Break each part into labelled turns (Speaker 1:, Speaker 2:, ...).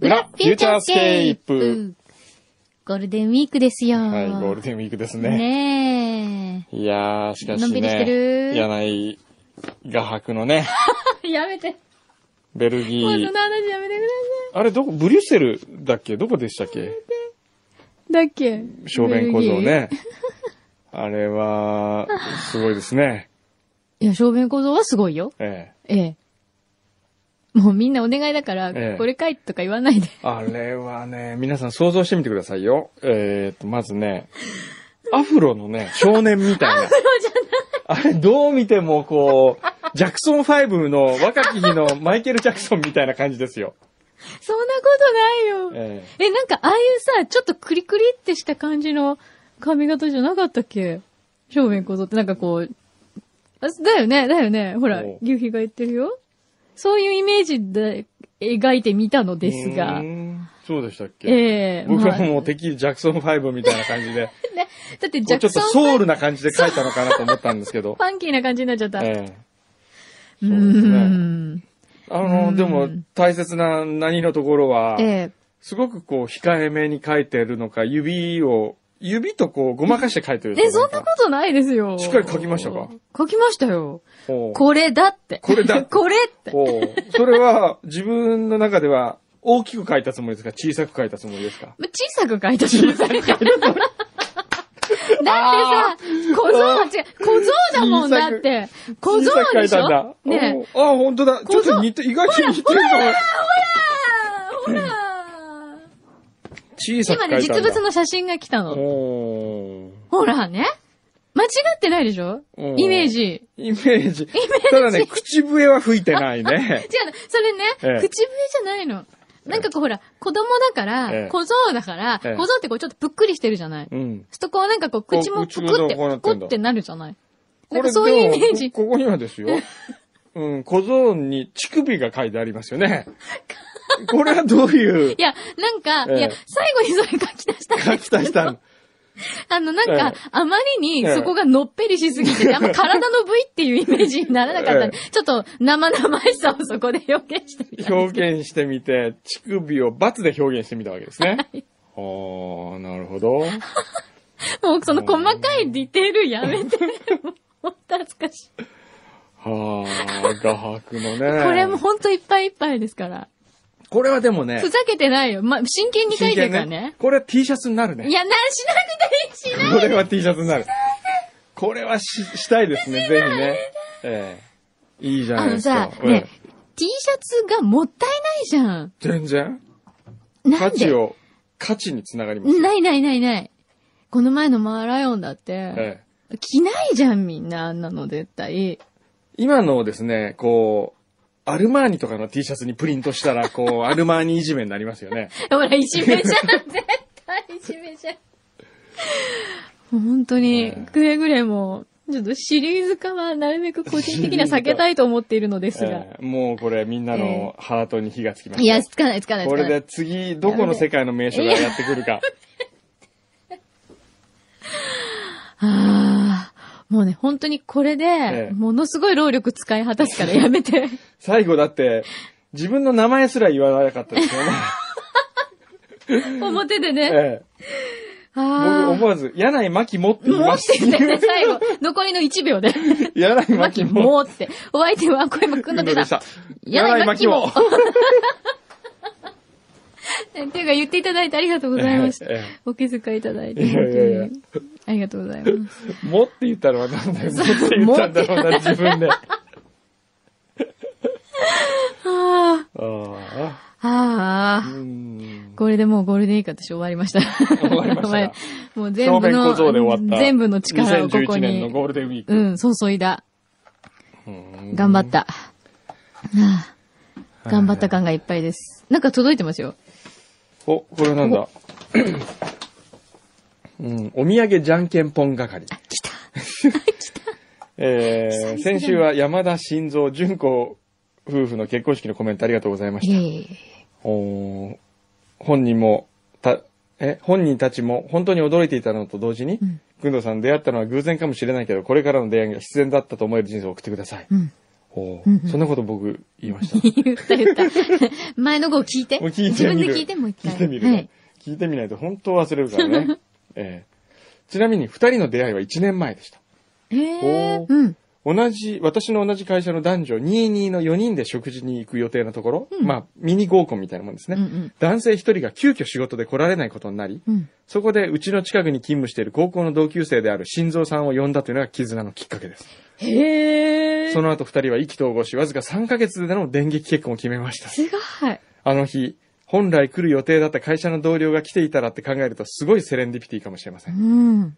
Speaker 1: 裏、フューチャースケープ。。
Speaker 2: ゴールデンウィークですよ。
Speaker 1: はい、ゴールデンウィークですね。
Speaker 2: ね
Speaker 1: いやー、しかしね。
Speaker 2: のんびりしてる
Speaker 1: 柳画伯の ね、
Speaker 2: え。やめて。も
Speaker 1: ベルギ
Speaker 2: うそ
Speaker 1: ー
Speaker 2: の。話やめてくだ
Speaker 1: あれ、どこ、ブリュッセルだっけどこでしたっけ
Speaker 2: さい。だっけ
Speaker 1: 小便小僧。ね。 あれは、すごいですね。
Speaker 2: いや、小便小僧はすごいよ。
Speaker 1: ええ。
Speaker 2: ええ。もうみんなお願いだから、
Speaker 1: ええ
Speaker 2: これ書いてとか言わないで。
Speaker 1: あれはね、皆さん想像してみてくださいよ。えーと、まずね、アフロのね、少年みたいな。あれ、どう見てもこう、ジャクソン5の若き日のマイケル・ジャクソンみたいな感じですよ。
Speaker 2: そんなことないよ。
Speaker 1: え
Speaker 2: え、なんかああいうさ、ちょっとクリクリってした感じの髪型じゃなかったっけ小便小僧ってなんかこう、あだよね、だよね。ほら
Speaker 1: おう、
Speaker 2: 牛皮が言ってるよ。そういうイメージで描いてみたの
Speaker 1: え
Speaker 2: ですが
Speaker 1: うー。んそうでしたっけ、
Speaker 2: ええ
Speaker 1: 僕はも
Speaker 2: まあ
Speaker 1: う敵ジャクソン5みたいな感じ で、
Speaker 2: だってジ
Speaker 1: こ
Speaker 2: ャ
Speaker 1: うちょ
Speaker 2: ク
Speaker 1: っ
Speaker 2: ソ
Speaker 1: と
Speaker 2: ン
Speaker 1: ソウルな感じで書いたのかなと思ったんですけど
Speaker 2: フ。ァンキーな感じになっちゃった。
Speaker 1: ええ
Speaker 2: う
Speaker 1: そうですね
Speaker 2: ん。
Speaker 1: あ
Speaker 2: う
Speaker 1: の、
Speaker 2: ん
Speaker 1: でも大切な何のところは、
Speaker 2: ええ
Speaker 1: すごくこう、控えめに書いてるのか、指を、指とこう、ごまかして書いてる
Speaker 2: え、そんなことないですよ。
Speaker 1: しっかり書きましたか
Speaker 2: 書きましたよ。
Speaker 1: と
Speaker 2: これだって。
Speaker 1: これだ
Speaker 2: これって。
Speaker 1: それは、自分の中では、大きく書いたつもりですか小さく書いたつもりですか
Speaker 2: ま小さく書いた小さく書いただってさ、小僧は違う、小僧だもん
Speaker 1: 小さ
Speaker 2: だ
Speaker 1: く
Speaker 2: って。小僧
Speaker 1: 小さく書
Speaker 2: で
Speaker 1: い
Speaker 2: し
Speaker 1: たん
Speaker 2: ょ
Speaker 1: だ。
Speaker 2: ねえ。
Speaker 1: おうあ、本当だ。ちょ
Speaker 2: 小僧
Speaker 1: っと似て、意外と似てるかも。
Speaker 2: ほら
Speaker 1: 小さく書
Speaker 2: 今
Speaker 1: いたんだ。
Speaker 2: ね、実物の写真が来たの。
Speaker 1: おー
Speaker 2: ほらね。間違ってないでしょ
Speaker 1: うん
Speaker 2: イメージ。違う
Speaker 1: イメージ。ただね、口笛は吹いてな いね。
Speaker 2: の、それね、
Speaker 1: ええ
Speaker 2: 口笛じゃないの。なんかこうほら、子供だか
Speaker 1: え
Speaker 2: ら
Speaker 1: え、
Speaker 2: 小僧だから、
Speaker 1: ええ
Speaker 2: 小僧ってこうちょっとぷっくりしてるじゃない
Speaker 1: うん。
Speaker 2: そこはなんかこう、口もぷく
Speaker 1: こう
Speaker 2: っ
Speaker 1: 口
Speaker 2: て、
Speaker 1: がこうな
Speaker 2: ぷ
Speaker 1: ってん
Speaker 2: く
Speaker 1: だ
Speaker 2: ってなるじゃない
Speaker 1: こ
Speaker 2: なん
Speaker 1: れ
Speaker 2: か
Speaker 1: でも
Speaker 2: そういうイメージ。
Speaker 1: ここにはです よ。うん、小僧に乳首が書いてあります よね。これはどういう
Speaker 2: いや、なんか、
Speaker 1: ええ
Speaker 2: いや、最後にそれ書き出したん
Speaker 1: 書
Speaker 2: で
Speaker 1: き
Speaker 2: す
Speaker 1: 足したの
Speaker 2: あの、なんか
Speaker 1: え、
Speaker 2: あまりにそこがのっぺりしすぎて、 あんま体の部位っていうイメージにならなかったんで、ちょっと生々しさをそこで表現して みた。
Speaker 1: 表現してみて、乳首を×で表現してみたわけですね。はあ、なるほど。
Speaker 2: もうその細かいディテールやめて。もう恥ずかしい。
Speaker 1: はあ、画伯のね。
Speaker 2: これもほんといっぱいいっぱいですから。
Speaker 1: これはでもね
Speaker 2: ふ、ざけてないよ。ま、真剣に書いてるからね。
Speaker 1: これは T シャツになるね。
Speaker 2: いや、な、しないでいいしない。
Speaker 1: これは T シャツになる。これはし、したいですね、ぜひね。ええいいじゃ
Speaker 2: あ
Speaker 1: ない
Speaker 2: の
Speaker 1: ですか。
Speaker 2: さ、ね、T シャツがもったいないじゃん。
Speaker 1: ええ全然。
Speaker 2: な
Speaker 1: 価
Speaker 2: ん
Speaker 1: 値
Speaker 2: で
Speaker 1: を、価値につながりますよ。
Speaker 2: ないないないない。この前のマーライオンだって、
Speaker 1: ええ
Speaker 2: 着ないじゃんみんな、あんなの絶対。
Speaker 1: 今のをですね、こう、アルマーニとかの T シャツにプリントした ら、こう、アルマーニいじめになりますよね。
Speaker 2: ほら、いじめじゃん絶対いじめじゃんもう本当に
Speaker 1: ええ、
Speaker 2: くれぐれも、ちょっとシリーズ化はなるべく個人的には避けたいと思っているのですが。
Speaker 1: ええもうこれみんなのハートに火がつきました。
Speaker 2: いや、つかないつかないつか
Speaker 1: これ
Speaker 2: な
Speaker 1: で
Speaker 2: い。
Speaker 1: 次、どこの世界の名所がやってくるか。
Speaker 2: ああ、もうね、本当にこれ
Speaker 1: え
Speaker 2: で
Speaker 1: え、
Speaker 2: ものすごい労力使い果たすからやめ て。
Speaker 1: 最後だって、自分の名前すら言わなかった ですよね。
Speaker 2: 表でね。
Speaker 1: ええ、僕
Speaker 2: ああ。
Speaker 1: 思わず、柳井真紀もって言い
Speaker 2: 持
Speaker 1: ま
Speaker 2: っ
Speaker 1: してた。
Speaker 2: てね、最後。残りの1秒で。
Speaker 1: 柳井真
Speaker 2: マキ
Speaker 1: 紀も。
Speaker 2: もうって。お相手は小山くんの出た。。
Speaker 1: 柳井真紀も。
Speaker 2: っていうか言っていただいてありがとうございました
Speaker 1: ええええ。
Speaker 2: お気遣いいただいて。
Speaker 1: いやいやいや
Speaker 2: 本当にありがとうございます。
Speaker 1: もって言ったらはなんだよ。もって言ったんだろうな、自分で。あ
Speaker 2: あ
Speaker 1: あ。
Speaker 2: あ、あ
Speaker 1: う
Speaker 2: あ。
Speaker 1: ん
Speaker 2: これでもうゴールデンウィーク私終わりました。終
Speaker 1: わりました
Speaker 2: もう
Speaker 1: 正
Speaker 2: 全部
Speaker 1: 面小僧で終わった。
Speaker 2: の、全部の力をここ
Speaker 1: 2011年の
Speaker 2: に、
Speaker 1: ゴールデンウィ
Speaker 2: う
Speaker 1: ーク。
Speaker 2: ん、注いだ。
Speaker 1: うん
Speaker 2: 頑張った。ああ頑張った感がいっぱいです。なんか届いてますよ。
Speaker 1: お、これなんだ。 うん、お土産じゃんけんぽん係。
Speaker 2: あ、来た。
Speaker 1: え
Speaker 2: 久々
Speaker 1: ー、
Speaker 2: だ
Speaker 1: 先週は山田晋三純子夫婦の結婚式のコメントありがとうございま
Speaker 2: い
Speaker 1: した。
Speaker 2: えいえ。
Speaker 1: おー本人も、た、え、本人たちも本当に驚いていたのと同時に、
Speaker 2: うん
Speaker 1: くんどうさん出会ったのは偶然かもしれないけど、これからの出会いが必然だったと思える人生を送ってください。
Speaker 2: うん。
Speaker 1: お
Speaker 2: うんう
Speaker 1: ー
Speaker 2: ん
Speaker 1: そんなこと僕言いました。
Speaker 2: 言った言った。 前の号聞いて。
Speaker 1: もう聞いてみ
Speaker 2: 自
Speaker 1: る
Speaker 2: 分で聞いてもう一
Speaker 1: 聞
Speaker 2: 回。
Speaker 1: いてみる、
Speaker 2: はい。
Speaker 1: 聞いてみないと本当忘れるから ね。ええちなみに二人の出会いは1年前でした。
Speaker 2: え
Speaker 1: お
Speaker 2: ー、
Speaker 1: ー
Speaker 2: うん。
Speaker 1: 同じ、私の同じ会社の男女22の4人で食事に行く予定のところ、
Speaker 2: うん
Speaker 1: まあ、ミニ合コンみたいなもんです
Speaker 2: う
Speaker 1: ね。
Speaker 2: んうん。
Speaker 1: 男性1人が急遽仕事で来られないことになり、
Speaker 2: うん。
Speaker 1: そこでうちの近くに勤務している高校の同級生である心臓さんを呼んだというのが絆のきっかけです。
Speaker 2: へえ。
Speaker 1: その後二人は意気投合し、わずか3ヶ月での電撃結婚を決めました。
Speaker 2: すごい。
Speaker 1: あの日、本来来る予定だった会社の同僚が来ていたらって考えるとすごいセレンディピティかもしれませ。
Speaker 2: うんん。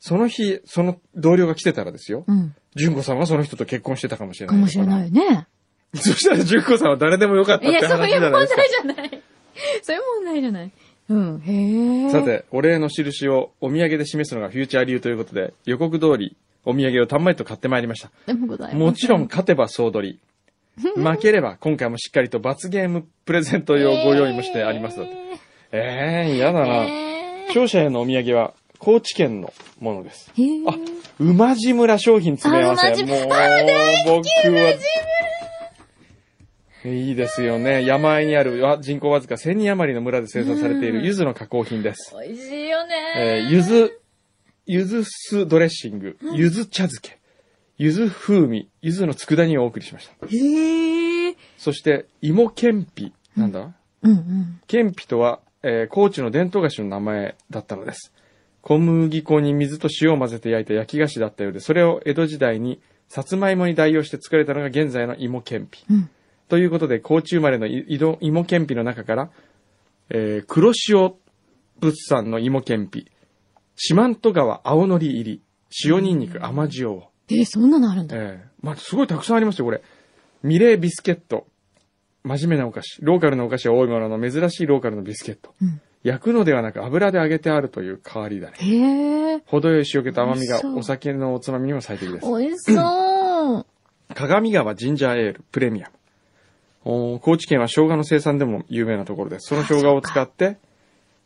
Speaker 1: その日、その同僚が来てたらですよ。
Speaker 2: うん。
Speaker 1: 純子さんはその人と結婚してたかもしれな
Speaker 2: か
Speaker 1: い。
Speaker 2: もしれないよね。
Speaker 1: そしたら純子さんは誰でもよかった
Speaker 2: い
Speaker 1: って
Speaker 2: や、
Speaker 1: 話じ
Speaker 2: そういう
Speaker 1: ゃ
Speaker 2: 問
Speaker 1: ない
Speaker 2: 題
Speaker 1: です
Speaker 2: じゃ
Speaker 1: か。
Speaker 2: ない。そういう問題じゃない。うん。へえ。
Speaker 1: さ。て、お礼の印をお土産で示すのがフューチャー流ということで、予告通りお土産をたんまりと買ってまいりました。
Speaker 2: でもございます。
Speaker 1: もちろん。勝てば総取り。負ければ今回もしっかりと罰ゲームプレゼント用ご用意もしてあります。だってええー、嫌だな。
Speaker 2: え
Speaker 1: 勝者へのお土産は高知県のものです。
Speaker 2: ー。へえ。
Speaker 1: あ、馬路村商品詰め合わ
Speaker 2: あ馬
Speaker 1: せ。
Speaker 2: 路
Speaker 1: もう、僕は。いいですよね。山あいにあるわ人口わずか1000人余りの村で生産されている柚子の加工品です。
Speaker 2: 美味しいよ
Speaker 1: え
Speaker 2: ね。
Speaker 1: ー、柚子、柚子酢ドレッシング、柚子茶漬け、柚子風味、柚子の佃煮をお送りしました。
Speaker 2: へえ。
Speaker 1: そして、芋けんぴ。なんだ、
Speaker 2: うんうん。
Speaker 1: けんぴとは、えー高知の伝統菓子の名前だったのです。小麦粉に水と塩を混ぜて焼いた焼き菓子だったようで、それを江戸時代に、さつまいもに代用して作られたのが現在の芋けんぴ。
Speaker 2: うん。
Speaker 1: ということで、高知生まれのいいど芋けんぴの中から、えー黒潮物産の芋けんぴ、四万十川青のり入り、塩ニンニク甘塩を。
Speaker 2: えー、そんなのあるんだ。
Speaker 1: ええまあ、すごいたくさんありますよ、これ。ミレービスケット。真面目なお菓子。ローカルのお菓子は多いものの、珍しいローカルのビスケット。
Speaker 2: うん。
Speaker 1: 焼くのではなく油で揚げてあるという変わりだね。
Speaker 2: へえ。
Speaker 1: 程よい塩気と甘み
Speaker 2: 美
Speaker 1: が
Speaker 2: 味しそう
Speaker 1: お酒のおつまみにも最適です。
Speaker 2: 美味しそう。
Speaker 1: 鏡川ジンジャーエールプレミアム。おー高知県は生姜の生産でも有名なところです。その生姜を使って、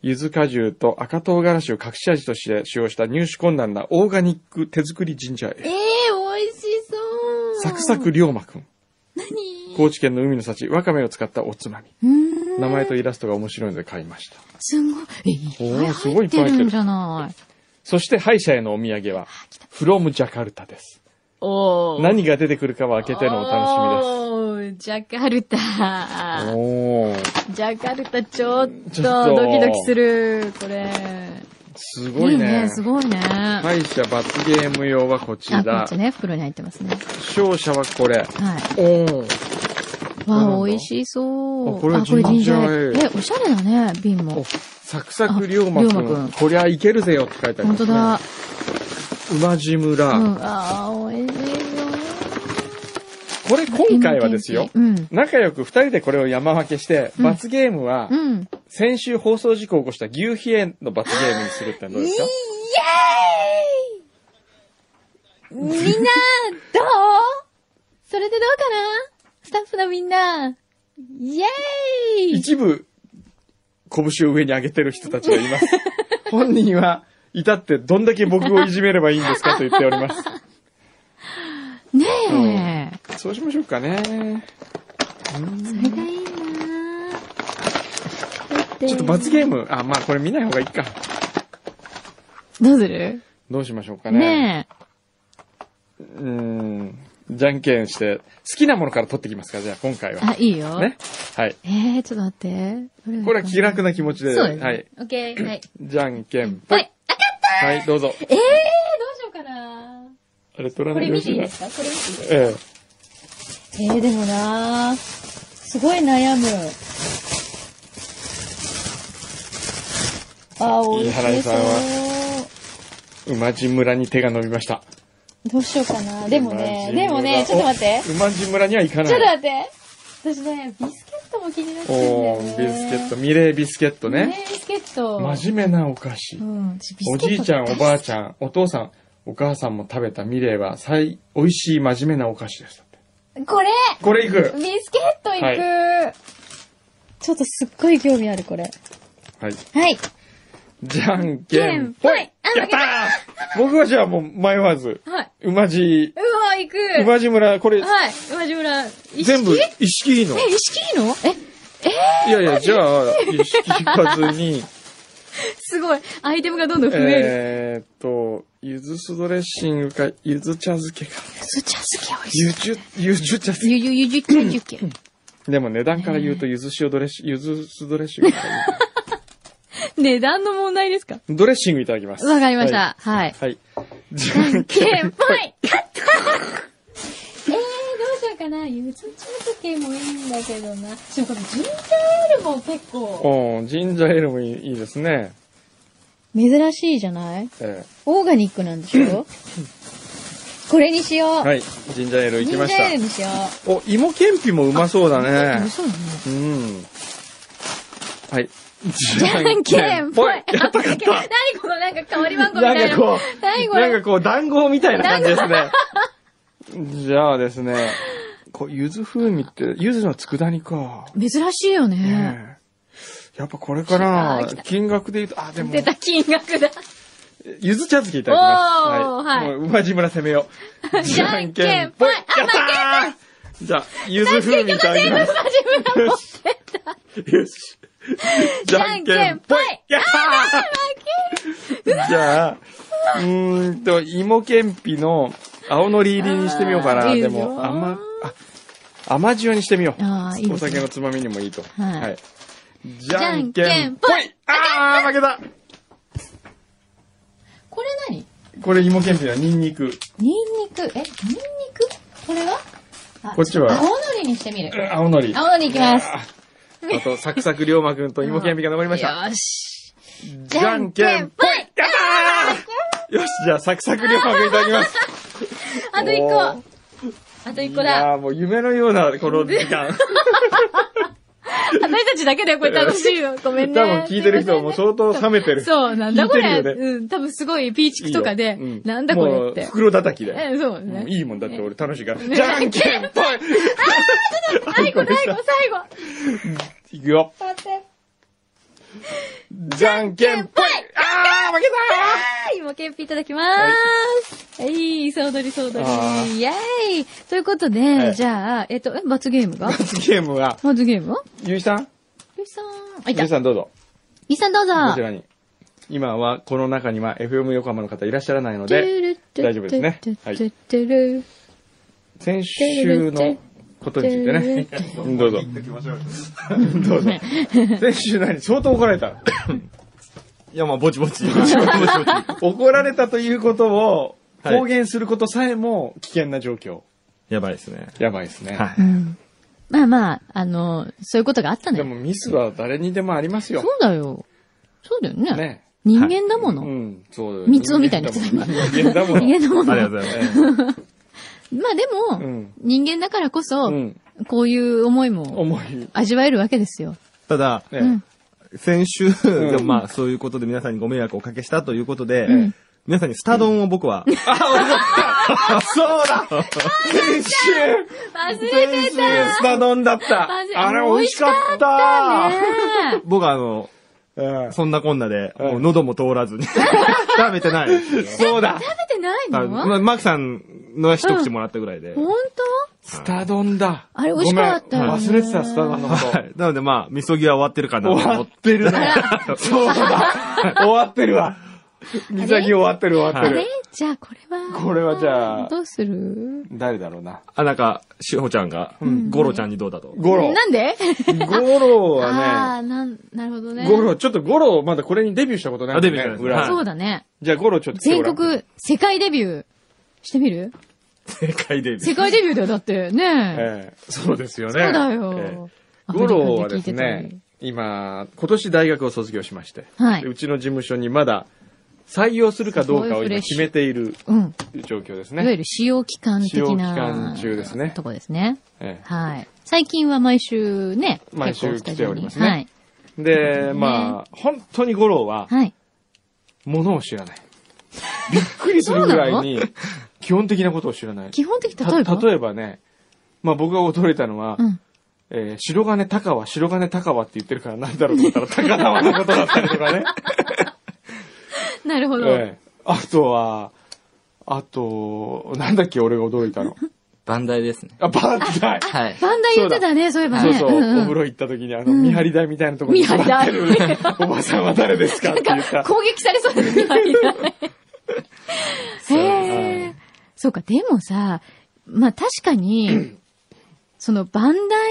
Speaker 1: 柚子果汁と赤唐辛子を隠し味として使用した入手困難なオーガニック手作りジンジャーエ
Speaker 2: ええ
Speaker 1: ール。
Speaker 2: ー、美味しそう。
Speaker 1: サクサク。龍馬くん。
Speaker 2: 何
Speaker 1: 高知県の海の幸、わかめを使ったおつまみ。
Speaker 2: うーん
Speaker 1: 名前とイラストが面白いので買いました。
Speaker 2: すごい。え、
Speaker 1: お
Speaker 2: い
Speaker 1: ー
Speaker 2: っ
Speaker 1: す
Speaker 2: ぱい
Speaker 1: ご
Speaker 2: 入っ
Speaker 1: いい
Speaker 2: て
Speaker 1: っぱい入って
Speaker 2: る
Speaker 1: る
Speaker 2: んじゃない。
Speaker 1: そして歯医者へのお土産は、from ジャカルタです。
Speaker 2: おー。
Speaker 1: 何が出てくるかは開けてのお楽し
Speaker 2: み
Speaker 1: みです。
Speaker 2: です。ジャカルタ。
Speaker 1: おー、
Speaker 2: ジャカルタちょっ
Speaker 1: ち
Speaker 2: と
Speaker 1: ょっと
Speaker 2: ドキドキする、これ。
Speaker 1: すごいね。
Speaker 2: すごいね。
Speaker 1: 歯医者罰ゲーム用はこち
Speaker 2: あ、こ
Speaker 1: ら
Speaker 2: っ。ちね、袋に入ってますね。
Speaker 1: 勝者はこれ。
Speaker 2: はい。
Speaker 1: おー。なん
Speaker 2: わ
Speaker 1: だ
Speaker 2: あ、美味しそう。
Speaker 1: あこれジンジャーエール
Speaker 2: え、おしゃれだね、瓶
Speaker 1: お
Speaker 2: も。
Speaker 1: サクサク龍馬
Speaker 2: あ
Speaker 1: く
Speaker 2: 龍馬く
Speaker 1: ん。
Speaker 2: ん
Speaker 1: こりゃいけるぜよって書いてあり
Speaker 2: 本
Speaker 1: ます、
Speaker 2: 当
Speaker 1: ね。
Speaker 2: だ。
Speaker 1: 馬路村。
Speaker 2: うん。ああ、美味しいよ。
Speaker 1: これ今回はですよ。
Speaker 2: うん。
Speaker 1: 仲良く二人でこれを山分けして、
Speaker 2: うん
Speaker 1: 罰ゲームは、
Speaker 2: うん。
Speaker 1: 先週放送事故を起こした牛皮炎の罰ゲームにするってのはどうですか
Speaker 2: イエーイみんな、どうそれでどうかなスタッフのみんな、イエーイ
Speaker 1: 一部、拳を上に上げてる人たちがいます。 本人は、至ってどんだけ僕をいじめればいいんですかと言っております。
Speaker 2: ねえ、
Speaker 1: そうしましょうかね。
Speaker 2: それがいいなだて
Speaker 1: ちょっと罰ゲーム、あ、まあこれ見ない方がいいか。
Speaker 2: どうする
Speaker 1: どうしましょうかね。
Speaker 2: ね
Speaker 1: うーん。じゃんけんして、好きなものから取ってきますか、じゃあ今回
Speaker 2: え。
Speaker 1: は。
Speaker 2: あ、いいよ。
Speaker 1: ね。はい。
Speaker 2: えー、ちょっと待って。どれがいいかな
Speaker 1: これは気楽な気持ちで、
Speaker 2: そうですね。
Speaker 1: はい。
Speaker 2: オッケー、はい。
Speaker 1: じゃんけんぽ。
Speaker 2: はいい。あ
Speaker 1: はい、どうぞ。
Speaker 2: えー、どうしようかな
Speaker 1: あれ取ら
Speaker 2: こ
Speaker 1: な
Speaker 2: れ
Speaker 1: いで
Speaker 2: 見
Speaker 1: ほ
Speaker 2: て
Speaker 1: し
Speaker 2: い
Speaker 1: い
Speaker 2: い
Speaker 1: な
Speaker 2: で。すかこれ見ていいですか
Speaker 1: ええ。
Speaker 2: えー、でもなーすごい悩む。あー、美味
Speaker 1: 井原
Speaker 2: し
Speaker 1: さ
Speaker 2: そ
Speaker 1: ん
Speaker 2: う。
Speaker 1: 馬路村に手が伸びました。
Speaker 2: どうしようかな。でもね、でもね、ちょっと待って。
Speaker 1: お馬路村には行かない。
Speaker 2: ちょっと待って。私ね、ビスケットも気になってるんだ
Speaker 1: お
Speaker 2: よね
Speaker 1: ー、。ビスケット、ミレービスケットね。
Speaker 2: ね。ビスケット。
Speaker 1: 真面目なお菓子。
Speaker 2: うん、私ビ
Speaker 1: お
Speaker 2: スケ
Speaker 1: じ
Speaker 2: ッ
Speaker 1: い
Speaker 2: ト
Speaker 1: ちゃん、おばあ
Speaker 2: ち
Speaker 1: ちゃん、お父さん、お母さんも食べたミレーは、最、美味しい真面目なお菓子です。
Speaker 2: ゃん。これ
Speaker 1: これいく
Speaker 2: ビスケットいく、ちょっとすっごい興味ある、これ。
Speaker 1: はい。
Speaker 2: はい。
Speaker 1: じゃんけんぽ
Speaker 2: けんぽ
Speaker 1: い
Speaker 2: いあ
Speaker 1: やったー僕はじゃあもう迷わず、
Speaker 2: はい。
Speaker 1: 馬路
Speaker 2: うわ、行く。
Speaker 1: 宇和村、これ、
Speaker 2: はい、馬地村。一式
Speaker 1: 全部
Speaker 2: え、
Speaker 1: 意識いいの。
Speaker 2: 意識いいのえ、
Speaker 1: いやいや、じゃあ、意識引かずに、
Speaker 2: すごい。アイテムがどんどん増える。
Speaker 1: えーっと、ゆず酢ドレッシングか、ゆず茶漬けか。
Speaker 2: す茶漬け美味しい。
Speaker 1: ゆじゅ、ゆじゅ茶漬
Speaker 2: ゆゆゆじゅっちゃゆっけ。
Speaker 1: け。でも値段から言うと、ゆず塩ドレッシング、ゆず酢ドレッシングから言
Speaker 2: 値段の問題ですか
Speaker 1: う。ドレッシングいただきます。
Speaker 2: わかりまし。た。はい。
Speaker 1: はい。じゃん
Speaker 2: け
Speaker 1: けん
Speaker 2: んぽ い勝ったえー、どうしようかな。ゆず茶漬けもいいんだけどな。しかもジンジャーエールも結構。
Speaker 1: おージンジャーエールもいいいいですね。
Speaker 2: 珍しいじゃない
Speaker 1: え
Speaker 2: オーガニックなんでしょこれにしよう。
Speaker 1: ーはい。ジンジャーエールい
Speaker 2: ジ
Speaker 1: き
Speaker 2: ンジャ
Speaker 1: ま
Speaker 2: ーエール
Speaker 1: し
Speaker 2: にしよう。
Speaker 1: た。お、芋けんぴもうまそうだね。
Speaker 2: そうね。
Speaker 1: うん。はい。じ
Speaker 2: じゃんけん ぽい。
Speaker 1: やったかっ
Speaker 2: 何
Speaker 1: た。
Speaker 2: このなんか変わり番号みた
Speaker 1: なん
Speaker 2: い
Speaker 1: か
Speaker 2: な。
Speaker 1: こ
Speaker 2: 何
Speaker 1: う、
Speaker 2: こ
Speaker 1: なん
Speaker 2: れ
Speaker 1: かこう、団子みたいな感じですね。じゃあですね、こう、柚子風味って、柚子の佃煮か。
Speaker 2: 珍しいよね。
Speaker 1: ねえやっぱこれかな
Speaker 2: 来た来た
Speaker 1: 金額で言うと、あ、でも、
Speaker 2: 出た金額だ。
Speaker 1: ゆず茶漬けいただきます。
Speaker 2: おーはい
Speaker 1: もう、馬地村攻めよ う。
Speaker 2: じゃんけんぽい
Speaker 1: やったーじゃあ、ゆず風味いただきます。よし。よし。じゃんけんぽいやったーじゃあ、うーんと、芋けんぴの青のり入りにしてみようか
Speaker 2: あ
Speaker 1: な。
Speaker 2: ーいい
Speaker 1: で
Speaker 2: ぞ
Speaker 1: も、甘、あ、甘塩にしてみよう。
Speaker 2: あーいいですね
Speaker 1: お酒のつまみにもいいと。
Speaker 2: はい
Speaker 1: はい。じゃんけ
Speaker 2: じ
Speaker 1: んぽ
Speaker 2: ゃんけんぽ
Speaker 1: いあー、負けた
Speaker 2: これ何
Speaker 1: これ芋けんぴはニンニク。
Speaker 2: ニンニク。え、ニンニクこれはあ
Speaker 1: こっちは
Speaker 2: 青のりにしてみる。
Speaker 1: 青のり。
Speaker 2: 青のりいきます。
Speaker 1: あーあと、サクサク龍馬くんと芋けんぴが残りました。
Speaker 2: よし。
Speaker 1: じゃんけんぽいやったーよし、じゃあ、サクサク龍馬くんいただ きます。
Speaker 2: あと一
Speaker 1: お
Speaker 2: 個
Speaker 1: ー。
Speaker 2: あと一個
Speaker 1: いや
Speaker 2: だ。
Speaker 1: ーもう夢のような、この時間。
Speaker 2: 私たちだけだよ、これ楽しいよ。ごめんね。
Speaker 1: 多分聞いてる人も相当冷めてる。
Speaker 2: そう、なんだこ
Speaker 1: 聞
Speaker 2: れ。
Speaker 1: いてるよ
Speaker 2: うん、多分すごいピーチ
Speaker 1: い
Speaker 2: ク
Speaker 1: いよ
Speaker 2: とかで、
Speaker 1: う
Speaker 2: なんだこれっ
Speaker 1: もう
Speaker 2: て。
Speaker 1: 袋叩きだよ。
Speaker 2: え、そうね。
Speaker 1: いいもんだって俺楽しいから。じゃんけんぽい
Speaker 2: 最後、最後、最後。
Speaker 1: いくよ。
Speaker 2: 待って。
Speaker 1: じゃんけんぽいあー負け
Speaker 2: はい、芋けんぴいただきます。はい、総取り総取
Speaker 1: あ
Speaker 2: り。イェーイということで、
Speaker 1: はい
Speaker 2: じゃあ、えっと、え、罰ゲームが
Speaker 1: たー罰ゲームは、
Speaker 2: 罰ゲームは
Speaker 1: ゆいさん
Speaker 2: ゆいさん。あ、い
Speaker 1: ゆ
Speaker 2: た。
Speaker 1: い
Speaker 2: ゆ
Speaker 1: さんどうぞ。
Speaker 2: いさんどうぞ。
Speaker 1: こちらに。今は、この中には FM 横浜の方いらっしゃらないので、大丈夫ですねはい
Speaker 2: い。
Speaker 1: 先週のことについてね。 どうぞ。どうぞ。先週何相当怒られた。
Speaker 3: いや、まあ、ぼちぼ ち。ぼちぼちぼちぼち
Speaker 1: 怒られたということを、
Speaker 3: はい
Speaker 1: 公言することさえも危険な状況。
Speaker 3: やばいですね。
Speaker 1: やばいですね。
Speaker 3: は
Speaker 2: う
Speaker 3: い。
Speaker 2: ん。まあまあ、あの、そういうことがあったの
Speaker 1: で
Speaker 2: よ。
Speaker 1: もミスは誰にでもあります
Speaker 2: そ
Speaker 1: よ
Speaker 2: う。だよ。そうだよね。
Speaker 1: ね。
Speaker 2: 人間だもの。
Speaker 1: うん、そうだよ
Speaker 2: 三つ男みたいな人
Speaker 1: 人間だもん。
Speaker 2: 人間だも
Speaker 3: ありがと
Speaker 2: の
Speaker 3: う。ございます。
Speaker 1: え
Speaker 2: まあでも、
Speaker 1: うん
Speaker 2: 人間だからこ
Speaker 1: え
Speaker 2: そ、
Speaker 1: うん、
Speaker 2: こういう思いも
Speaker 1: 重い。
Speaker 2: 味わえるわけですよ。
Speaker 3: ただ、
Speaker 1: ええ
Speaker 2: うん。
Speaker 3: 先週、
Speaker 1: ん
Speaker 3: でもまあ、そういうことで皆さんにご迷惑をおかけしたということで、
Speaker 2: ん
Speaker 3: 皆さんにスタ丼を僕は、
Speaker 1: そうだ先
Speaker 2: 忘
Speaker 1: 週先
Speaker 2: れ
Speaker 1: 週
Speaker 2: てた
Speaker 1: スタ丼だった
Speaker 2: 忘れ
Speaker 1: あれ美味しかった
Speaker 2: ね
Speaker 3: 僕はあの、
Speaker 1: うん
Speaker 3: そんなこんなで、
Speaker 1: うん
Speaker 3: もう喉も通らずに、食べてないんですよ。
Speaker 1: そうだ
Speaker 2: 食べてない
Speaker 3: あ
Speaker 2: の
Speaker 3: のまあマークさんのは一口もらったぐらいで。
Speaker 2: 本
Speaker 1: スタ丼だ
Speaker 2: あれ美味しかったよね
Speaker 1: ごめん忘れてた、スタ丼のこ
Speaker 3: はい。なのでまあ、みそぎは終わってるかな
Speaker 1: と。終わ
Speaker 3: と思っ。
Speaker 1: っててるね。そうだ終わってるわ。水先終わってる終わって
Speaker 2: 当あれ
Speaker 1: る。
Speaker 2: じゃあこれは。
Speaker 1: これはじゃあ
Speaker 2: どうする
Speaker 1: 誰だろうな。
Speaker 3: あ、なんか、しほちゃんが、ゴロちゃんにどうだと。
Speaker 1: ゴロ。
Speaker 2: なんで
Speaker 1: ゴロ
Speaker 2: あ
Speaker 1: は
Speaker 2: あ、なん、なるほど
Speaker 1: ね、
Speaker 2: ね。
Speaker 1: ゴロ、ちょっとゴロ、まだこれにデビューしたことないんだよね。
Speaker 3: あデビューしてない
Speaker 1: 裏
Speaker 3: はい
Speaker 2: そうだね。
Speaker 1: じゃあゴロちょっと来て
Speaker 2: 全
Speaker 1: ごらん。
Speaker 2: 国、世界デビューしてみる
Speaker 3: 正解デビュー。
Speaker 2: 世界デビューだよ、だって。ね
Speaker 1: ええそうですよね。
Speaker 2: そうだ
Speaker 1: ええ
Speaker 2: よ。
Speaker 1: ゴ
Speaker 2: アメリ
Speaker 1: ロはです
Speaker 2: カで聞いてた
Speaker 1: ね
Speaker 2: り、
Speaker 1: 今、今年大学を卒業しまして、
Speaker 2: はいう
Speaker 1: ちの事務所にまだ採用するかどうかを今決めている
Speaker 2: うん。
Speaker 1: 状況です
Speaker 2: いわゆ
Speaker 1: ね。
Speaker 2: る使用期間的
Speaker 1: 使用期
Speaker 2: な。
Speaker 1: 間中ですね
Speaker 2: とこですね。
Speaker 1: え
Speaker 2: はい。最近は毎週ね。
Speaker 1: 毎週
Speaker 2: 結構スタジオに
Speaker 1: 来ておりますね
Speaker 2: はい。
Speaker 1: えで、まあ、本当にゴロは、
Speaker 2: はい。
Speaker 1: ものを知ら ない。びっくりするぐらいに、基本的なことを知らない。
Speaker 2: 基本的、
Speaker 1: た
Speaker 2: 例えば
Speaker 1: 例えばね、まあ僕が驚いたのは、
Speaker 2: うん。
Speaker 1: えー白金高は白金高はって言ってるから何だろうと思ったら高輪 のことだったりとかね。
Speaker 2: なるほど。
Speaker 1: ええあとは、あと、なんだっけ、俺が驚いたの。
Speaker 4: バンダイですね。
Speaker 1: あ、バーダイ
Speaker 4: はい。
Speaker 2: バンダイ言ってたね、そういえば
Speaker 1: そう
Speaker 2: ね。
Speaker 1: そう、
Speaker 2: んん
Speaker 1: お風呂行った時に、あの、見張り台みたいなところに座
Speaker 2: 見張
Speaker 1: って
Speaker 2: り
Speaker 1: る、 おばさんは誰ですかって言った。
Speaker 2: 攻撃されそうですね。へえ。そうか、でもさ、まあ確か に、そのバンダ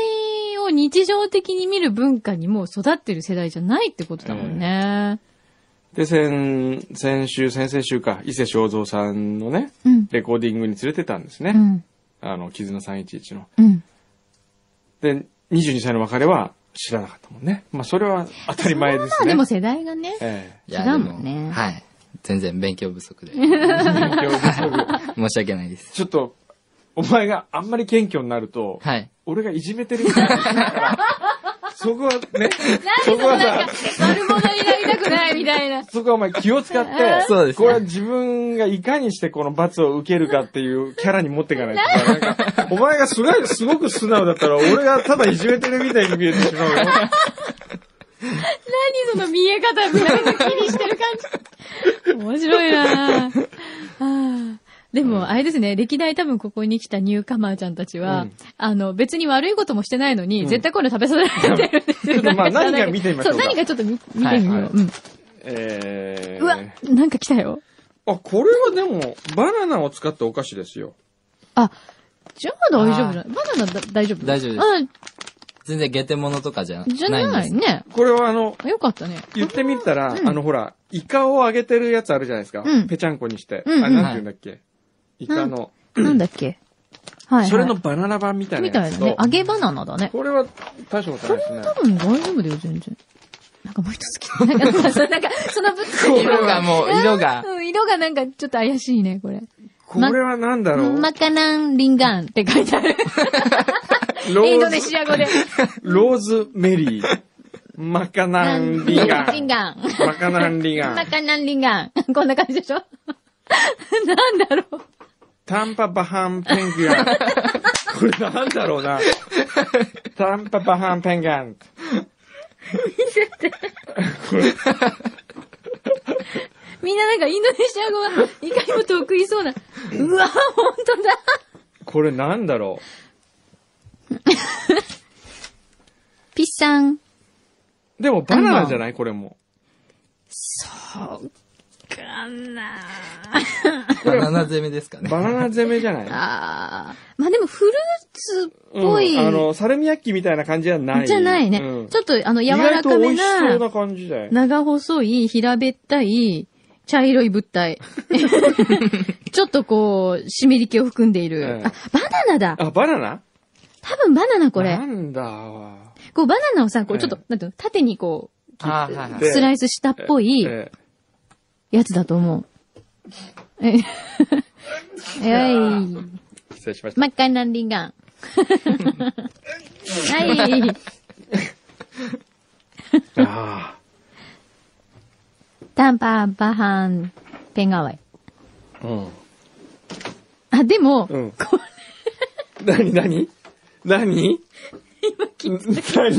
Speaker 2: イを日常的に見る文化にもう育ってる世代じゃないってことだもんね。
Speaker 1: で、先、先週、先々週か、伊勢正蔵さんのね、
Speaker 2: うん。
Speaker 1: レコーディングに連れてたんですね。
Speaker 2: うん。
Speaker 1: あの、絆311の。
Speaker 2: うん。
Speaker 1: で、22歳の別れは知らなかったもんね。まあ、それは当たり前です
Speaker 2: まあ
Speaker 1: ね。
Speaker 2: でも世代がね。
Speaker 1: え
Speaker 4: いや
Speaker 2: 違うもんね
Speaker 4: でもはい。全然勉強不足で。
Speaker 1: え勉強不足
Speaker 4: 申し訳ないです。
Speaker 1: ちょっと、お前があんまり謙虚になると、
Speaker 4: はい。
Speaker 1: 俺がいじめてるみたいになるから、そこは ね、そこはさ、
Speaker 2: 悪者になりたくないみたいな。
Speaker 1: そこはお前気を使って、
Speaker 4: そうですね
Speaker 1: これは自分がいかにしてこの罰を受けるかっていうキャラに持っていかないと。なんかお前がすごい、すごく素直だったら、俺がただいじめてるみたいに見えてしま うよ。
Speaker 2: 何その見え方、見られて気にしてる感じ。面白いなぁああでも、あれですね、歴代多分ここに来たニューカマーちゃんたちは、
Speaker 1: うん
Speaker 2: あの、別に悪いこともしてないのに、絶対こういうの食べさせられてるんです
Speaker 1: ちょ
Speaker 2: よ。
Speaker 1: っとまあ
Speaker 2: なん
Speaker 1: 何か見てみましょうか
Speaker 2: そう、何かちょっと見見てみよう。
Speaker 4: はい
Speaker 1: はい
Speaker 2: うん
Speaker 1: えー、
Speaker 2: うわ、なんか来たよ。
Speaker 1: あ、これはでも、バナナを使ったお菓子ですよ。
Speaker 2: あ、じゃあ大丈夫だ。バナナだ大丈夫
Speaker 4: 大丈夫です
Speaker 2: う
Speaker 4: 全然ゲテモノとかじゃないん
Speaker 2: ん、
Speaker 4: で
Speaker 2: じ
Speaker 4: す。
Speaker 2: ゃないね。
Speaker 1: これはあの、
Speaker 2: よかったね。
Speaker 1: 言ってみたら、
Speaker 2: うん
Speaker 1: あのほら、イカを揚げてるやつあるじゃないですか。
Speaker 2: うん
Speaker 1: ぺちゃんこにして。
Speaker 2: うんうん
Speaker 1: あ、なんて言うんだっけ。イカの、
Speaker 2: なんだっけ。はい、はい。
Speaker 1: それのバナナ版みたいな
Speaker 2: みた
Speaker 1: や
Speaker 2: いな
Speaker 1: つと、
Speaker 2: ね。揚げバナナだね。
Speaker 1: これは大したことないですね。
Speaker 2: 多分大丈夫だよ、全然。なんかもう一つ来て、 なんか、そのなんかその物
Speaker 4: 色がもう、色が。
Speaker 2: うん、色がなんかちょっと怪しいね、これ。
Speaker 1: これはなんだろう。
Speaker 2: マカナンリンガンって書いてある。
Speaker 1: ロ
Speaker 2: インド
Speaker 1: ー
Speaker 2: ネ
Speaker 1: ズ、
Speaker 2: シア語で。
Speaker 1: ローズメリー。マカナンリガ
Speaker 2: リン
Speaker 1: ン。
Speaker 2: ガン。
Speaker 1: マカナンリガ
Speaker 2: マ
Speaker 1: ン。
Speaker 2: カナンリンガン。こんな感じでしょ なんだろう。
Speaker 1: タンパバハンペンギアン。これなんだろ うな。タンパバハンペンギアン。
Speaker 2: みんななんかインドネシア語はいかにも得意そうな。うわ、ほんとだ。
Speaker 1: これなんだろ
Speaker 2: ピッサン。
Speaker 1: う。でもバナナじゃないこれも。
Speaker 2: かな
Speaker 4: バナナ攻めですかね。
Speaker 1: バナナ攻めじゃない
Speaker 2: あー。まあでもフルーツっぽい。
Speaker 1: うんあの、サルミヤッキみたいな感じじゃない。
Speaker 2: じゃないね。
Speaker 1: うん
Speaker 2: ちょっと、あの、柔ら
Speaker 1: 意
Speaker 2: か
Speaker 1: 外と
Speaker 2: め
Speaker 1: 美味しそう
Speaker 2: な、
Speaker 1: な感じだよ。
Speaker 2: 長細い、平べったい、茶色い物 体。ちょっとこう、湿り気を含んでいる。
Speaker 1: ええ
Speaker 2: あ、バナナだ
Speaker 1: あ、バナナ
Speaker 2: 多分バナナこ
Speaker 1: な
Speaker 2: れ。
Speaker 1: んだわ。
Speaker 2: こう、バナナをさ、こう、
Speaker 1: ええ
Speaker 2: ちょっと、なんていうの、縦にこ
Speaker 4: あーはいは
Speaker 2: う、
Speaker 1: で
Speaker 4: い。
Speaker 2: スライスしたっぽい
Speaker 1: え
Speaker 2: やつだと思う。え、 えい。
Speaker 1: え失礼しました。
Speaker 2: 真っ赤なリンガン。はい。
Speaker 1: あ
Speaker 2: タンパーバハン、ペンガワイ。
Speaker 1: あ。うん。
Speaker 2: あ、でも、
Speaker 1: うん。何何何何